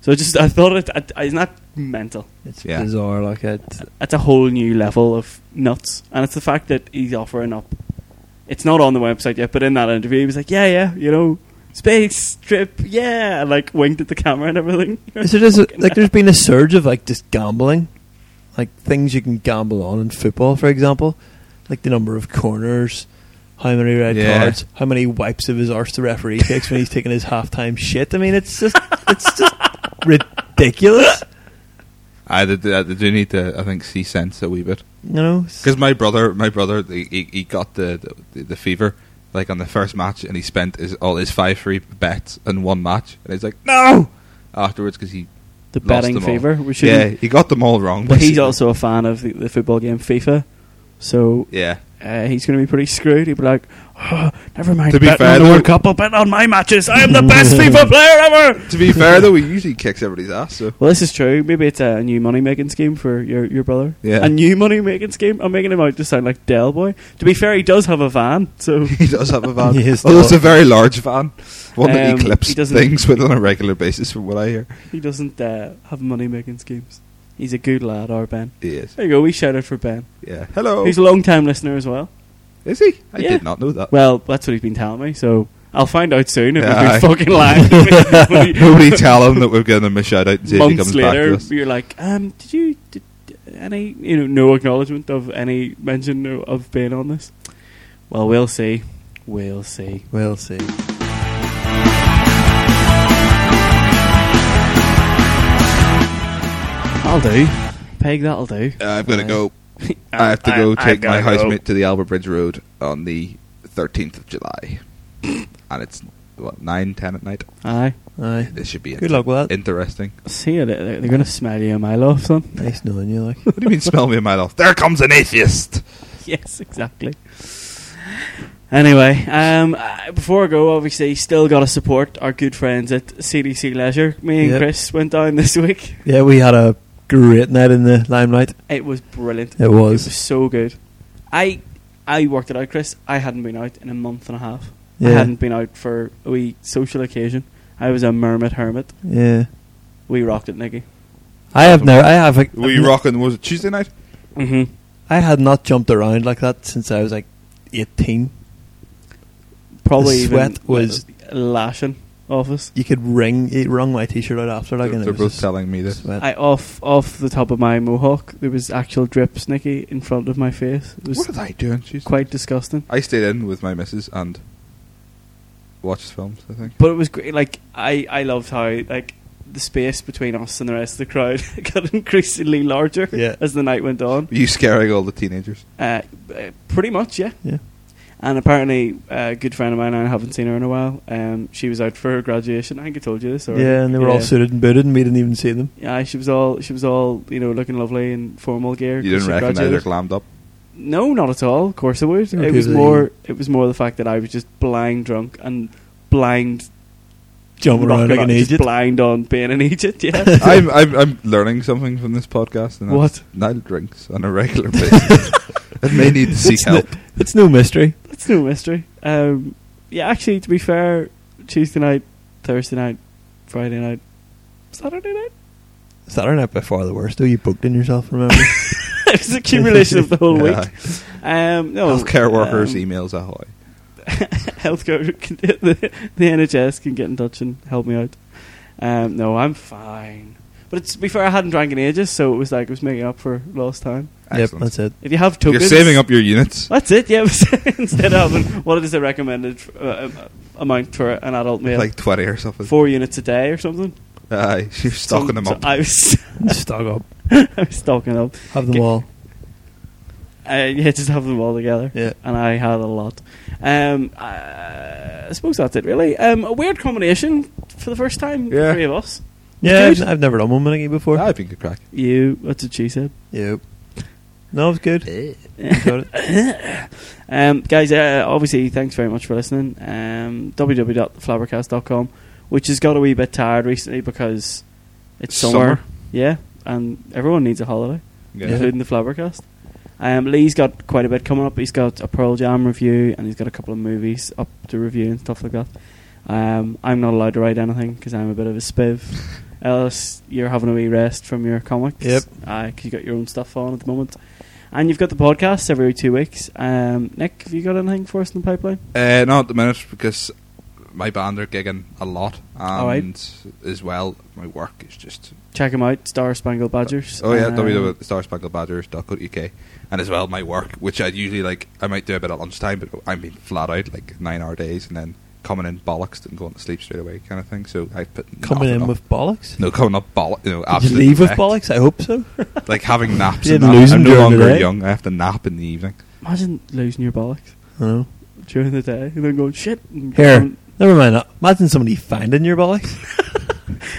S1: So I just I thought it. I, I, it's not mental.
S3: It's
S2: Yeah.
S3: bizarre. Like it.
S1: It's a whole new level of nuts, and it's the fact that he's offering up. It's not on the website yet, but in that interview, he was like, "Yeah, yeah, you know." Space trip, yeah, and, like winked at the camera and everything.
S3: Is there just a- like there's been a surge of like just gambling, like things you can gamble on in football, for example, like the number of corners, how many red
S2: Yeah.
S3: cards, how many wipes of his arse the referee takes when he's taking his halftime shit. I mean, it's just it's just ridiculous.
S2: I, did- I do need to, I think, see sense a wee bit.
S3: You know, s-
S2: Because my brother, my brother, he, he- he got the, the the fever like on the first match, and he spent his, all his five free bets in one match, and he's like, no. Afterwards, because he
S1: the
S2: lost
S1: betting
S2: them all.
S1: fever. We should
S2: yeah, he got them all wrong.
S1: But he's
S2: basically.
S1: also a fan of the, the football game FIFA, so
S2: yeah.
S1: uh, he's going to be pretty screwed. He'll be like, oh, "Never mind."
S2: To be
S1: betting
S2: fair,
S1: on the
S2: though-
S1: World Cup, I'll bet on my matches. I am the best FIFA player ever.
S2: To be fair though, he usually kicks everybody's ass. So
S1: Well, this is true. Maybe it's a new money making scheme for your your brother.
S2: Yeah.
S1: a new money making scheme. I'm making him out to sound like Del Boy. To be fair, he does have a van, so
S2: he does have a van.
S3: He is
S2: Although it's
S3: still-
S2: a very large van, one that
S1: Um,
S2: he clips
S1: he doesn't-
S2: things with on a regular basis, from what I hear.
S1: he doesn't uh, have money making schemes. He's a good lad, our Ben.
S2: He is.
S1: There you go. We shouted for Ben.
S2: Yeah. Hello.
S1: He's a long time listener as well.
S2: is he? I
S1: Yeah.
S2: did not know that.
S1: Well, that's what he's been telling me, so I'll find out soon if
S2: Yeah,
S1: he's been
S2: aye.
S1: fucking lying. But he-
S2: Nobody tell him that we've given him a shout out and see if he
S1: months
S2: comes
S1: later,
S2: back to us.
S1: you're like, um, did you did any you know no acknowledgement of any mention o- of being on this? Well, we'll see. We'll see.
S3: we'll see.
S1: I'll do. Peg, that'll do.
S2: Uh, I've got to go. I have to go take my housemate to the Albert Bridge Road on the 13th of July. and it's, what, 9, 10 at night?
S1: Aye.
S3: Aye.
S2: This should be
S3: Good luck with that.
S2: interesting.
S1: See you later. They're going to smell you a mile off, son.
S3: Nice knowing you. Like
S2: What do you mean, smell me a mile off? There comes an atheist!
S1: yes, exactly. Anyway, um, uh, before I go, obviously, still got to support our good friends at CDC Leisure. Me and
S3: Yep.
S1: Chris went down this week.
S3: yeah, we had a great night in the limelight.
S1: It was brilliant.
S3: It
S1: It was
S3: was
S1: so good. I I worked it out, Chris. I hadn't been out in a month and a half.
S3: yeah,
S1: I hadn't been out for a wee social occasion. I was a mermaid hermit.
S3: yeah.
S1: We rocked it, Nicky.
S3: I have never. I have. A,
S2: Were you rocking, was it Tuesday night?
S1: Mm-hmm.
S3: I had not jumped around like that since I was like eighteen.
S1: Probably
S3: The
S1: even
S3: sweat was-
S1: lashing off us.
S3: You could wring it wrung my t shirt out after like
S2: They're,
S3: and
S2: they're
S3: it was
S2: both
S3: just
S2: telling me this.
S3: sweat.
S1: I off off the top of my mohawk. There was actual drips, Nicky, in front of my face. It
S2: What
S1: was
S2: did I do on Tuesday?
S1: quite disgusting.
S2: I stayed in with my missus and watched films, I think.
S1: But it was great. Like I, I loved how like the space between us and the rest of the crowd got increasingly larger
S3: Yeah.
S1: as the night went on.
S2: Were you scaring all the teenagers?
S1: Uh, uh, pretty much, yeah.
S3: Yeah.
S1: And apparently, uh, a good friend of mine, I haven't seen her in a while, um, she was out for her graduation. I think I told you this. Or,
S3: yeah, and they were all suited and booted and we didn't even see them.
S1: Yeah, she was all, she was all, you know, looking lovely in formal gear.
S2: You didn't
S1: She
S2: recognise they're
S1: graduated.
S2: glammed up.
S1: No, not at all. Of course I would.
S3: They were
S1: It was
S3: people that
S1: more,
S3: you-
S1: it was more the fact that I was just blind drunk and blind
S3: Jumping around
S1: rocking
S3: like
S1: out,
S3: an
S1: just
S3: agent.
S1: blind on being an Egypt. Yeah.
S2: I'm, I'm I'm learning something from this podcast. And
S1: What?
S2: that's Nile drinks on a regular basis. it may need to seek
S3: It's no,
S2: help.
S3: it's no mystery.
S1: That's no mystery. Um, yeah, actually, to be fair, Tuesday night, Thursday night, Friday night, Saturday night.
S3: Saturday night by far the worst though, you booked in yourself, remember?
S1: it was accumulation of the whole
S2: Yeah.
S1: week. Um, no,
S2: Healthcare workers,
S1: um,
S2: emails ahoy.
S1: healthcare, can- the, the NHS can get in touch and help me out. Um, no, I'm fine. But it's, to be fair, I hadn't drank in ages, so it was like it was making up for lost time.
S3: yep,
S2: Excellent.
S3: that's it.
S1: If you have
S2: You're
S1: tokens,
S2: saving up your units.
S1: That's it. Yeah, instead of having what is the recommended uh, um, amount for an adult male?
S2: Like 20 or something.
S1: four units a day or something.
S2: Aye, you're stocking
S1: Some-
S2: them up.
S1: I was,
S3: Stock up.
S1: I was stocking up.
S3: Have them
S1: Get-
S3: all.
S1: Uh, yeah, just have them all together.
S3: Yeah.
S1: And I had a lot. Um, uh, I suppose that's it, really. Um, a weird combination for the first time, the
S2: Yeah.
S1: three of us.
S3: Yeah,
S1: It's
S3: I've,
S1: good.
S3: I've never done one minute before.
S2: That'd be good crack.
S1: You, that's what she said.
S3: Yep. No, it was good. Enjoyed it.
S1: Um, guys, uh, obviously, thanks very much for listening. Um, www.flowercast.com, which has got a wee bit tired recently because it's summer.
S2: Summer.
S1: Yeah, and everyone needs a holiday,
S2: Yeah.
S1: including the Flowercast. Um, Lee's got quite a bit coming up. He's got a Pearl Jam review, and he's got a couple of movies up to review and stuff like that. Um, I'm not allowed to write anything because I'm a bit of a spiv. Ellis, you're having a wee rest from your comics.
S3: Yep.
S1: Uh, 'cause you got your own stuff on at the moment. And you've got the podcast every two weeks. Um, Nick, have you got anything for us in the pipeline?
S2: Uh, not at the minute because my band are gigging a lot, and
S1: Alright.
S2: as well, my work is just.
S1: Check them out, Star Spangled Badgers.
S2: Oh
S3: uh,
S2: yeah,
S1: Um,
S2: www.starspaggledbadgers.co.uk, and as well my work, which I'd usually like. I might do a bit at lunchtime, but I'm being flat out like nine-hour days, and then coming in bollocks and going to sleep straight away, kind of thing. So I put
S3: Coming
S2: nothing
S3: in
S2: up.
S3: with bollocks?
S2: no coming up bollocks. You know,
S3: Did you
S2: absolute
S3: leave with
S2: wrecked.
S3: bollocks? I hope so.
S2: like having naps.
S3: You
S2: and
S3: didn't
S2: that.
S3: lose
S2: I'm
S3: them
S2: no
S3: during the
S2: longer
S3: day?
S2: young. I have to nap in the evening.
S1: Imagine losing your bollocks
S3: No.
S1: during the day and then going, shit. and-
S3: Here. Never mind. that. Imagine somebody finding your bollocks.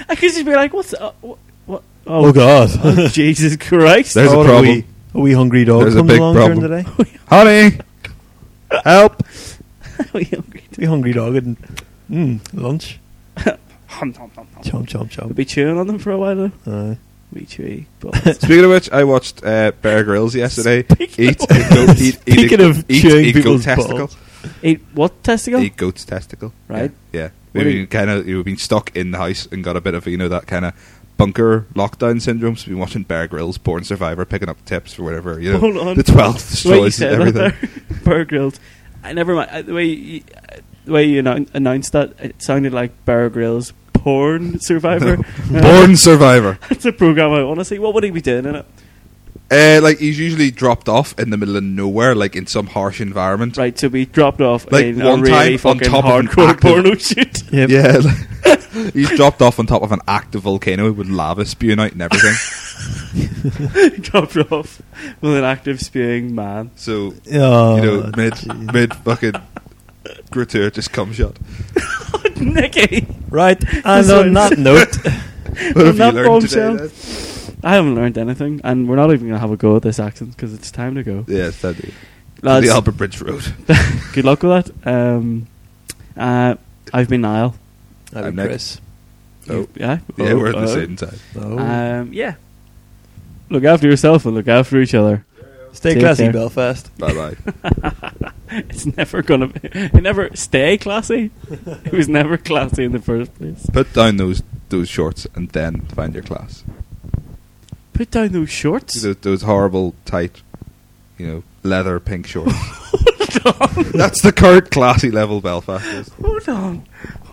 S1: I could just be like, what's. Uh, what, what?
S3: Oh, God.
S1: oh, Jesus Christ.
S2: There's a
S3: Oh, and
S2: problem.
S3: wee- A wee hungry dog
S2: There's a
S3: comes
S2: big
S3: along
S2: problem.
S3: during the day.
S2: Honey, help!
S1: We hungry.
S3: A wee hungry dog and mm, lunch.
S1: Hum, hum, hum, hum.
S3: Chomp, chomp,
S1: We'll
S3: chomp.
S1: be chewing on them for a while, though.
S3: Aye.
S1: Be chewy. But
S2: Speaking of which, I watched uh, Bear Grylls yesterday. eat,
S1: Speaking
S2: eat, goat, eat, eat,
S3: Speaking
S2: a-
S3: of
S2: eat,
S3: chewing
S2: eat
S3: people's
S2: goat testicle.
S3: balls.
S1: Eat what testicle?
S2: Eat goat's testicle.
S1: Right.
S2: Yeah. yeah.
S1: What
S2: We've
S1: do you-
S2: been kind of we've been stuck in the house and got a bit of you know that kind of bunker lockdown syndrome. So we've been watching Bear Grylls, Born Survivor, picking up tips for whatever you know.
S1: Hold on.
S2: The twelfth
S1: The way you
S2: destroys
S1: said that
S2: everything.
S1: there, Bear Grylls. I never mind. uh, The way you, uh, the way you annou- announced that, it sounded like Bear Grylls porn survivor. Uh,
S2: Born Survivor.
S1: That's a program I want to see. What would he be doing in it?
S2: Uh, like he's usually dropped off in the middle of nowhere, like in some harsh environment.
S1: Right, to be dropped off
S2: Like,
S1: in
S2: one
S1: a really
S2: time on
S1: fucking
S2: top of an
S1: hardcore
S2: active-
S1: porno shoot.
S3: Yep.
S2: Yeah, like- he's dropped off on top of an active volcano with lava spewing out and everything.
S1: dropped off with an active spewing man.
S2: So
S3: Oh,
S2: you know, mid
S3: jeez.
S2: mid fucking gratuitous cum shot.
S1: Nicky,
S3: Right,
S1: That's
S3: and on
S1: what-
S3: that note,
S2: What have you
S1: that
S2: learned today?
S1: bombshell.
S2: Dad?
S1: I haven't learned anything, and we're not even going to have a go at this accent because it's time to go.
S2: Yes, that do.
S1: Lads,
S2: the Albert Bridge Road.
S1: good luck with that. Um, uh, I've been Niall.
S3: I'm,
S2: I'm Nick.
S3: Chris.
S2: Oh,
S1: Yeah,
S2: yeah,
S1: Oh,
S2: we're at the
S1: oh.
S2: same time.
S3: Oh.
S1: Um, yeah. Look after yourself and look after each other.
S3: Stay
S1: take
S3: classy,
S1: care.
S3: Belfast.
S2: Bye bye.
S1: It's never gonna be. It never stay classy. It was never classy in the first place.
S2: Put down those those shorts and then find your class.
S1: Put down those shorts.
S2: Those, those horrible tight, you know, leather pink shorts. That's the current classy level Belfast. Is.
S1: Hold on,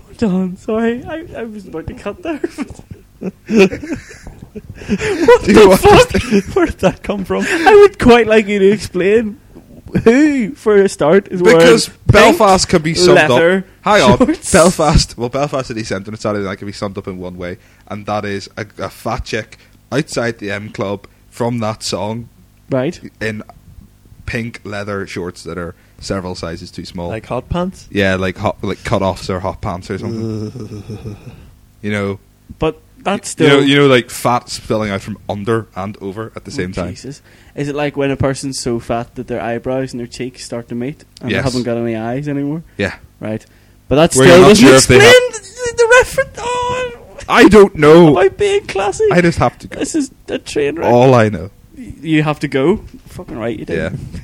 S1: hold on. Sorry, I, I was about to cut there. what
S2: Do you
S1: the
S2: want
S1: fuck?
S3: Where did that come from?
S1: I would quite like you to explain who, for a start, is wearing
S2: Because
S1: pink
S2: Belfast can be summed
S1: leather
S2: up. Hang on,
S1: shorts.
S2: Belfast. Well, Belfast City Centre on Saturday night can be summed up in one way, and that is a, a fat chick outside the M Club from that song
S1: Right.
S2: in pink leather shorts that are several sizes too small.
S3: Like hot pants?
S2: yeah, like hot, like cutoffs or hot pants or something. You know,
S1: But that's
S2: you know,
S1: still Oh,
S2: you know, like fat spilling out from under and over at the same time.
S1: Jesus. Is it like when a person's so fat that their eyebrows and their cheeks start to meet and
S2: Yes.
S1: they haven't got any eyes anymore?
S2: Yeah,
S1: Right. But that's
S2: Where
S1: still
S2: you're not
S1: doesn't
S2: sure if they
S1: explain
S2: have-
S1: the, the reference. Oh,
S2: I don't
S1: am I
S2: know.
S1: being classy?
S2: I Oh, just have to go.
S1: this is a train wreck.
S2: All I know.
S1: You have to go. Fucking right, you do.
S2: Yeah.